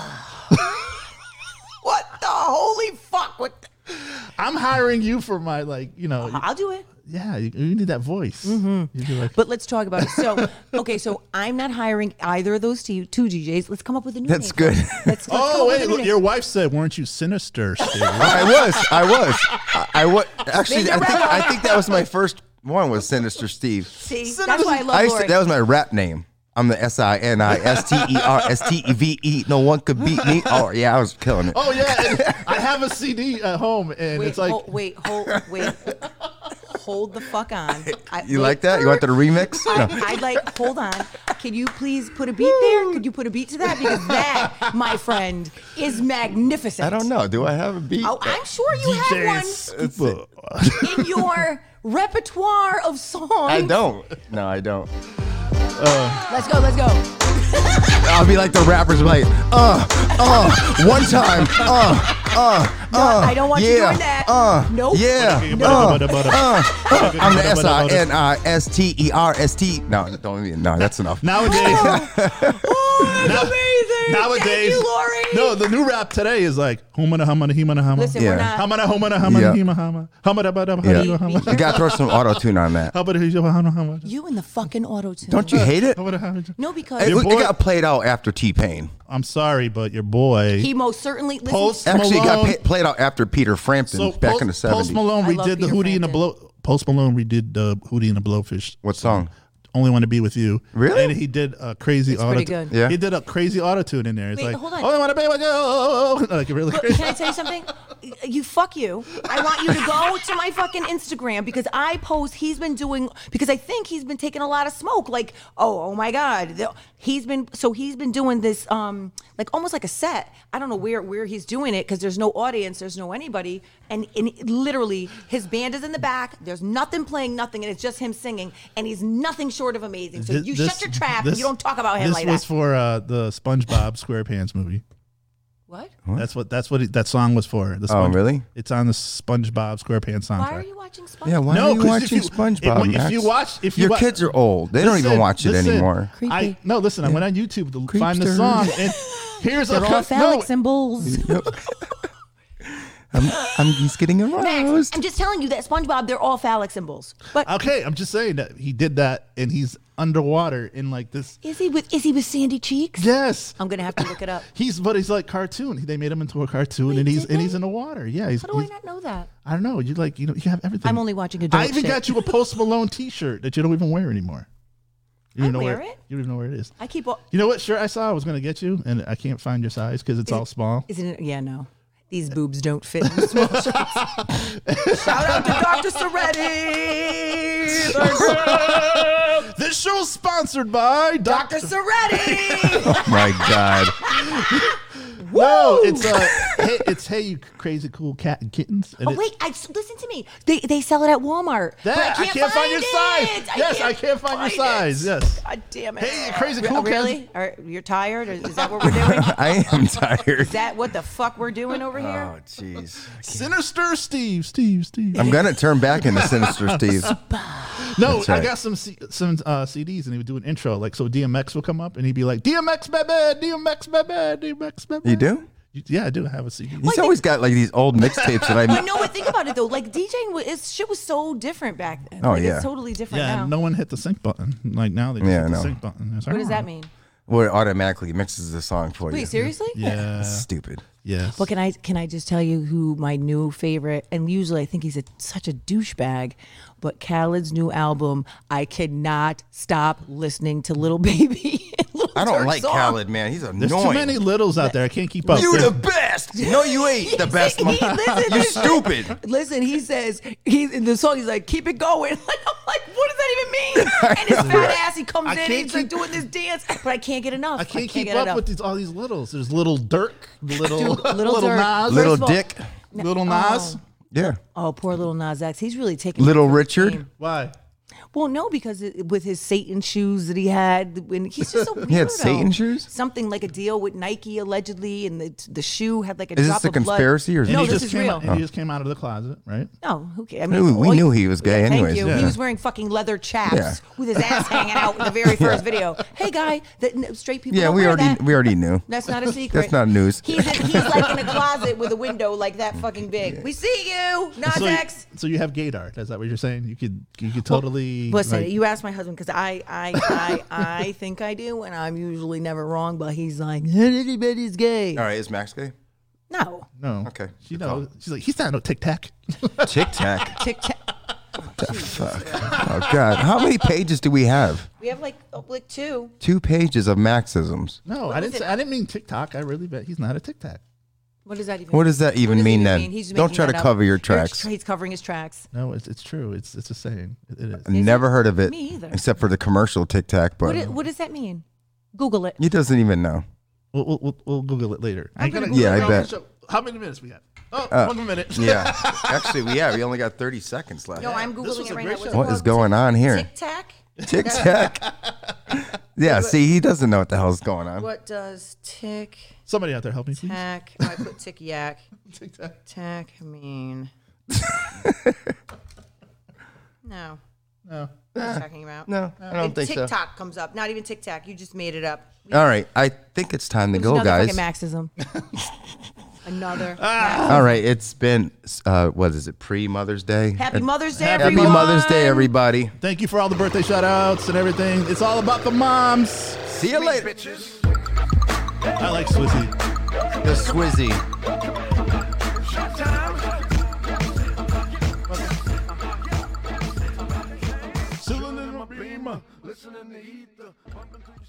Speaker 6: what
Speaker 9: Oh,
Speaker 6: the holy fuck? What? The,
Speaker 9: I'm hiring you for my like you know
Speaker 6: I'll do it.
Speaker 9: yeah you, you need that voice.
Speaker 6: Mm-hmm.
Speaker 9: You'd be like,
Speaker 6: But let's talk about it. So, okay, so I'm not hiring either of those two, two DJs. Let's come up with a new
Speaker 3: That's
Speaker 6: name.
Speaker 3: good.
Speaker 6: Let's, let's come
Speaker 9: oh
Speaker 6: up with
Speaker 9: wait,
Speaker 6: a new
Speaker 9: look,
Speaker 6: name.
Speaker 9: your wife said, weren't you sinister? Steve?
Speaker 3: I was. I was. I, I was. Actually,
Speaker 6: Major
Speaker 3: I think,
Speaker 6: Rebel.
Speaker 3: I think that was my first one was Sinister Steve.
Speaker 6: See, that's why I love
Speaker 3: I used to,
Speaker 6: Lori.
Speaker 3: that was my rap name. I'm the S I N I S T E R S T E V E. No one could beat me. Oh yeah, I was killing it.
Speaker 9: oh yeah, and I have a CD at home, and
Speaker 6: wait, oh,
Speaker 9: it's like
Speaker 6: hol- wait, hold, wait, hold the fuck on. I,
Speaker 3: You
Speaker 6: wait.
Speaker 3: like that? You want the remix? No.
Speaker 6: I, I'd like, hold on. Can you please put a beat there? Could you put a beat to that? Because that, my friend, is magnificent.
Speaker 3: I don't know. Do I have a beat?
Speaker 6: Oh, I'm sure you have
Speaker 9: DJ
Speaker 6: one
Speaker 9: Super.
Speaker 6: in your repertoire of songs.
Speaker 3: I don't. No, I don't.
Speaker 6: Let's go, let's go.
Speaker 3: I'll be like the rappers, like uh, uh, one time, uh, uh,
Speaker 6: No,
Speaker 3: uh.
Speaker 6: I don't want
Speaker 3: yeah,
Speaker 6: you doing that.
Speaker 3: Uh,
Speaker 6: Nope.
Speaker 3: Yeah. Uh, uh, uh. I'm the S I N I S T E R S T. No, don't even. No, that's enough.
Speaker 9: Nowadays,
Speaker 6: Oh, that's
Speaker 9: Now-
Speaker 6: amazing.
Speaker 9: nowadays,
Speaker 6: Thank you, Lori.
Speaker 9: no, the new rap today is like humana humana humana humana.
Speaker 6: Listen,
Speaker 3: Yeah.
Speaker 6: we're not.
Speaker 9: Hamada humana humana
Speaker 3: Yeah.
Speaker 9: huma hama. Hamada bada
Speaker 3: Yeah.
Speaker 9: bada huma hama.
Speaker 3: You gotta throw some auto tune on that.
Speaker 9: Hamada huma hama hama.
Speaker 6: You in the fucking auto tune.
Speaker 3: Don't you hate it?
Speaker 9: Hamada hama.
Speaker 6: No, because
Speaker 3: It,
Speaker 9: Your
Speaker 3: it
Speaker 9: boy-
Speaker 3: got played out after T Pain.
Speaker 9: I'm sorry, but your boy.
Speaker 6: he most certainly listen,
Speaker 9: Post
Speaker 3: Actually, it got
Speaker 9: Malone-
Speaker 3: pa- played out after Peter Frampton back in the
Speaker 9: Post- Post
Speaker 3: 70s.
Speaker 9: Malone
Speaker 6: I love
Speaker 9: redid the
Speaker 6: Peter
Speaker 9: Hootie and the
Speaker 6: Frampton.
Speaker 9: Blow. Post Malone redid the Hootie and the Blowfish.
Speaker 3: What song?
Speaker 9: Only want to be with you.
Speaker 3: Really?
Speaker 9: And he did a crazy auto.
Speaker 6: pretty good.
Speaker 3: Yeah.
Speaker 9: He did a crazy auto tune in there. It's
Speaker 6: Wait,
Speaker 9: like,
Speaker 6: hold on.
Speaker 9: Only want to be with you. Like really.
Speaker 6: Look, can I tell you something? You fuck you. I want you to go to my fucking Instagram because I post. He's been doing because I think he's been taking a lot of smoke. Like, oh, oh my god, The- he's been so he's been doing this um like almost like a set. I don't know where where he's doing it because there's no audience, there's no anybody, and and literally his band is in the back. There's nothing playing, nothing, and it's just him singing, and he's nothing short of amazing. So
Speaker 9: Thi-
Speaker 6: you
Speaker 9: this-
Speaker 6: shut your trap. and
Speaker 9: this-
Speaker 6: you don't talk about him
Speaker 9: this
Speaker 6: like
Speaker 9: was
Speaker 6: that.
Speaker 9: for uh, the SpongeBob SquarePants movie.
Speaker 6: what?
Speaker 9: That's what that's what it, that song was for. The
Speaker 3: Oh, really?
Speaker 9: It's on the SpongeBob SquarePants
Speaker 6: Why
Speaker 9: soundtrack.
Speaker 6: are you watching SpongeBob?
Speaker 3: Yeah, why
Speaker 9: No,
Speaker 3: are you
Speaker 9: 'cause if
Speaker 3: watching
Speaker 9: you- if-
Speaker 3: SpongeBob?
Speaker 9: if
Speaker 3: Max?
Speaker 9: you watch- if you
Speaker 3: your
Speaker 9: wa-
Speaker 3: kids are old, they don't even
Speaker 9: Listen,
Speaker 3: watch it
Speaker 9: listen.
Speaker 3: anymore.
Speaker 9: I
Speaker 6: Creepy.
Speaker 9: no, listen. I went on YouTube to find the
Speaker 3: Creepster.
Speaker 9: song, and here's a
Speaker 6: They're all
Speaker 9: cut.
Speaker 6: phallic
Speaker 9: No,
Speaker 6: symbols.
Speaker 3: I'm, I'm he's getting
Speaker 6: Max,
Speaker 3: aroused.
Speaker 6: I'm just telling you that SpongeBob, they're all phallic symbols. But
Speaker 9: okay, I'm just saying that he did that, and he's underwater in like this.
Speaker 6: is he with is he with sandy cheeks?
Speaker 9: Yes,
Speaker 6: I'm gonna have to look it up.
Speaker 9: he's but he's like cartoon. They made him into a cartoon,
Speaker 6: Wait,
Speaker 9: and he's
Speaker 6: did
Speaker 9: and
Speaker 6: they?
Speaker 9: he's in the water. Yeah, he's.
Speaker 6: How do I
Speaker 9: he's-
Speaker 6: not know that?
Speaker 9: I don't know. You like you know you have everything.
Speaker 6: I'm only watching adult
Speaker 9: I even
Speaker 6: shit.
Speaker 9: got you a Post Malone T-shirt that you don't even wear anymore. You
Speaker 6: I
Speaker 9: don't know
Speaker 6: wear
Speaker 9: where,
Speaker 6: it.
Speaker 9: You don't even know where it is.
Speaker 6: I keep. All,
Speaker 9: You know what shirt I saw I was gonna get you, and I can't find your size because it's all small.
Speaker 6: isn't it? Yeah, no.
Speaker 9: Uh,
Speaker 6: These boobs don't fit in small shirts. Shout out to Dr. Soretti.
Speaker 9: This show's sponsored by
Speaker 6: Dr. Soretti.
Speaker 3: Oh My God,
Speaker 9: No, it's uh, hey, it's hey, you crazy cool cat and kittens. And
Speaker 6: oh
Speaker 9: it-
Speaker 6: wait, I listen to me. They they sell it at Walmart. but
Speaker 9: That- I can't find your
Speaker 6: it.
Speaker 9: size. Yes, I can't find your size. Yes.
Speaker 6: God damn it.
Speaker 9: Hey, you crazy
Speaker 6: Re-
Speaker 9: cool cats.
Speaker 6: Really? Are, you're tired? Or is that what we're doing?
Speaker 3: I am tired.
Speaker 6: Is that what the fuck we're doing over here?
Speaker 3: Oh jeez,
Speaker 9: Sinister Steve, Steve, Steve.
Speaker 3: I'm gonna turn back into Sinister Steve.
Speaker 9: no,
Speaker 3: That's
Speaker 9: I
Speaker 3: right.
Speaker 9: got some C- some uh, CDs, and he would do an intro. Like so, DMX would come up, and he'd be like, "DMX, my bad, DMX, my bad, DMX, my bad."
Speaker 3: You do?
Speaker 9: Yeah, I do have a CD.
Speaker 3: He's always got like these old mixtapes that
Speaker 6: But
Speaker 3: I.
Speaker 6: no, but think about it though. Like DJing, was, it's, shit was so different back then.
Speaker 3: Oh,
Speaker 6: Like,
Speaker 3: yeah.
Speaker 6: it's totally different
Speaker 9: Yeah,
Speaker 6: now.
Speaker 9: and no one hit the sync button. Like now they just
Speaker 3: Yeah,
Speaker 9: hit
Speaker 3: I
Speaker 9: the
Speaker 3: know.
Speaker 9: sync button. It's like,
Speaker 6: what does
Speaker 9: "Oh."
Speaker 6: that mean?
Speaker 3: Where it automatically mixes the song for
Speaker 6: Wait,
Speaker 3: you.
Speaker 6: seriously?
Speaker 9: Yeah.
Speaker 3: Stupid.
Speaker 9: Yes.
Speaker 6: Well, can I can I just tell you who my new favorite? And usually I think he's a, such a douchebag, but Khaled's new album, I cannot stop listening to Little Baby. and littles
Speaker 3: I don't
Speaker 6: are
Speaker 3: like
Speaker 6: soft.
Speaker 3: Khaled, man. He's annoying.
Speaker 9: There's too many littles out there. I can't keep up.
Speaker 3: You
Speaker 9: There's-
Speaker 3: the best. No, you ain't the best.
Speaker 6: He- listen,
Speaker 3: you
Speaker 6: listen.
Speaker 3: stupid.
Speaker 6: Listen, he says he in the song. He's like, "Keep it going." Like I'm like, what does that even mean? And his fat ass, he comes
Speaker 9: I
Speaker 6: in,
Speaker 9: can't
Speaker 6: he's like
Speaker 9: keep-
Speaker 6: doing this dance, but I can't get enough.
Speaker 9: I can't, keep
Speaker 6: get
Speaker 9: up
Speaker 6: enough.
Speaker 9: with these all these littles. There's little Dirk, little
Speaker 6: Dude, Little
Speaker 9: little,
Speaker 6: Dirk.
Speaker 9: Nas,
Speaker 3: Little First of all- Dick.
Speaker 9: little Nas.
Speaker 3: Yeah.
Speaker 6: Oh, poor little Nas X. He's really taking.
Speaker 3: Little
Speaker 6: it to the
Speaker 3: Richard.
Speaker 6: extreme.
Speaker 9: Why?
Speaker 6: Well, no, because it, with his Satan shoes that he had, when he's just a weirdo.
Speaker 3: He had Satan shoes?
Speaker 6: Something like a deal with Nike allegedly, and the the shoe had like a.
Speaker 3: Is this
Speaker 6: drop
Speaker 3: a
Speaker 6: of blood.
Speaker 3: conspiracy or is
Speaker 6: no?
Speaker 3: it
Speaker 6: This
Speaker 9: just
Speaker 6: is
Speaker 9: came
Speaker 6: real.
Speaker 9: Out, and He just came out of the closet, right?
Speaker 6: No, who cares? I
Speaker 3: Ooh, we
Speaker 6: all
Speaker 3: knew he was gay
Speaker 6: Thank
Speaker 3: anyways,
Speaker 6: you.
Speaker 3: yeah.
Speaker 6: He was wearing fucking leather chaps
Speaker 3: Yeah.
Speaker 6: with his ass hanging out in the very first video. Hey, guy, that n- straight people.
Speaker 3: Yeah,
Speaker 6: don't
Speaker 3: we
Speaker 6: wear
Speaker 3: already
Speaker 6: that.
Speaker 3: we already knew.
Speaker 6: That's not a secret.
Speaker 3: That's not news.
Speaker 6: He's, in, he's like in a closet with a window like that fucking big. We see you, Nas
Speaker 9: so,
Speaker 6: X.
Speaker 9: so you have gaydar. Is that what you're saying? You could you could totally
Speaker 6: Listen,
Speaker 9: like-
Speaker 6: you asked my husband because I, I, I, I think I do, and I'm usually never wrong. But he's like, everybody's gay.
Speaker 3: All right, is Max gay?
Speaker 6: No,
Speaker 9: no.
Speaker 3: Okay.
Speaker 9: She knows. She's like he's not no tic tac.
Speaker 3: Tic Tac.
Speaker 6: tic tac.
Speaker 3: Fuck. Oh God. How many pages do we have?
Speaker 6: We have like oh, like two.
Speaker 3: Two pages of Maxisms.
Speaker 9: No, I didn't. Say, I didn't mean tic tac. I really bet he's not a tic tac.
Speaker 6: What does that even?
Speaker 3: What does that even
Speaker 6: does it
Speaker 3: mean then?
Speaker 6: He's just
Speaker 3: Don't
Speaker 6: making
Speaker 3: try
Speaker 6: that
Speaker 3: to
Speaker 6: up.
Speaker 3: cover your
Speaker 6: You're just-
Speaker 3: tracks.
Speaker 6: He's covering his tracks.
Speaker 9: No, it's it's true. It's it's a saying. It, it is.
Speaker 3: I've Never heard of it.
Speaker 6: Me either.
Speaker 3: Except for the commercial Tic Tac,
Speaker 6: What,
Speaker 3: but
Speaker 6: i- what does that mean? Google it.
Speaker 3: he doesn't even know.
Speaker 9: We'll we'll, we'll, we'll Google it later. I'm
Speaker 3: gonna Google Yeah, it I on the bet.
Speaker 9: How many minutes we have? Oh,
Speaker 3: Uh,
Speaker 9: one minute.
Speaker 3: Yeah. Actually, we have. We only got 30 seconds left.
Speaker 6: No, I'm
Speaker 9: This was
Speaker 6: googling it
Speaker 9: a
Speaker 6: right now.
Speaker 9: great
Speaker 6: What's it
Speaker 9: show.
Speaker 3: What is
Speaker 6: called?
Speaker 3: going on here?
Speaker 6: Tic Tac.
Speaker 3: Tic Tac. Yeah, see, he doesn't know what the hell's going on.
Speaker 6: What does tic
Speaker 9: Somebody out there help me, please.
Speaker 6: tac? Oh, I put tic yak. tic tac. Tac mean. no.
Speaker 9: No.
Speaker 6: What are you talking about?
Speaker 3: No, I don't
Speaker 6: and
Speaker 3: think so.
Speaker 6: TikTok comes up. Not even Tic Tac. You just made it up.
Speaker 3: All right, I think it's time to
Speaker 6: It was
Speaker 3: go,
Speaker 6: another
Speaker 3: guys.
Speaker 6: fucking Maxism. Ah. another.
Speaker 3: All right, it's been uh, what is it? Pre Mother's Day.
Speaker 6: Happy
Speaker 3: And-
Speaker 6: Mother's Day,
Speaker 3: Happy
Speaker 6: everyone.
Speaker 3: Mother's Day, everybody.
Speaker 9: Thank you for all the birthday shout outs and everything. It's all about the moms.
Speaker 3: See you later.
Speaker 9: I like Swizzy.
Speaker 3: The Swizzy.
Speaker 9: Chilling in my beamer.
Speaker 4: Listening to ether, bumping through your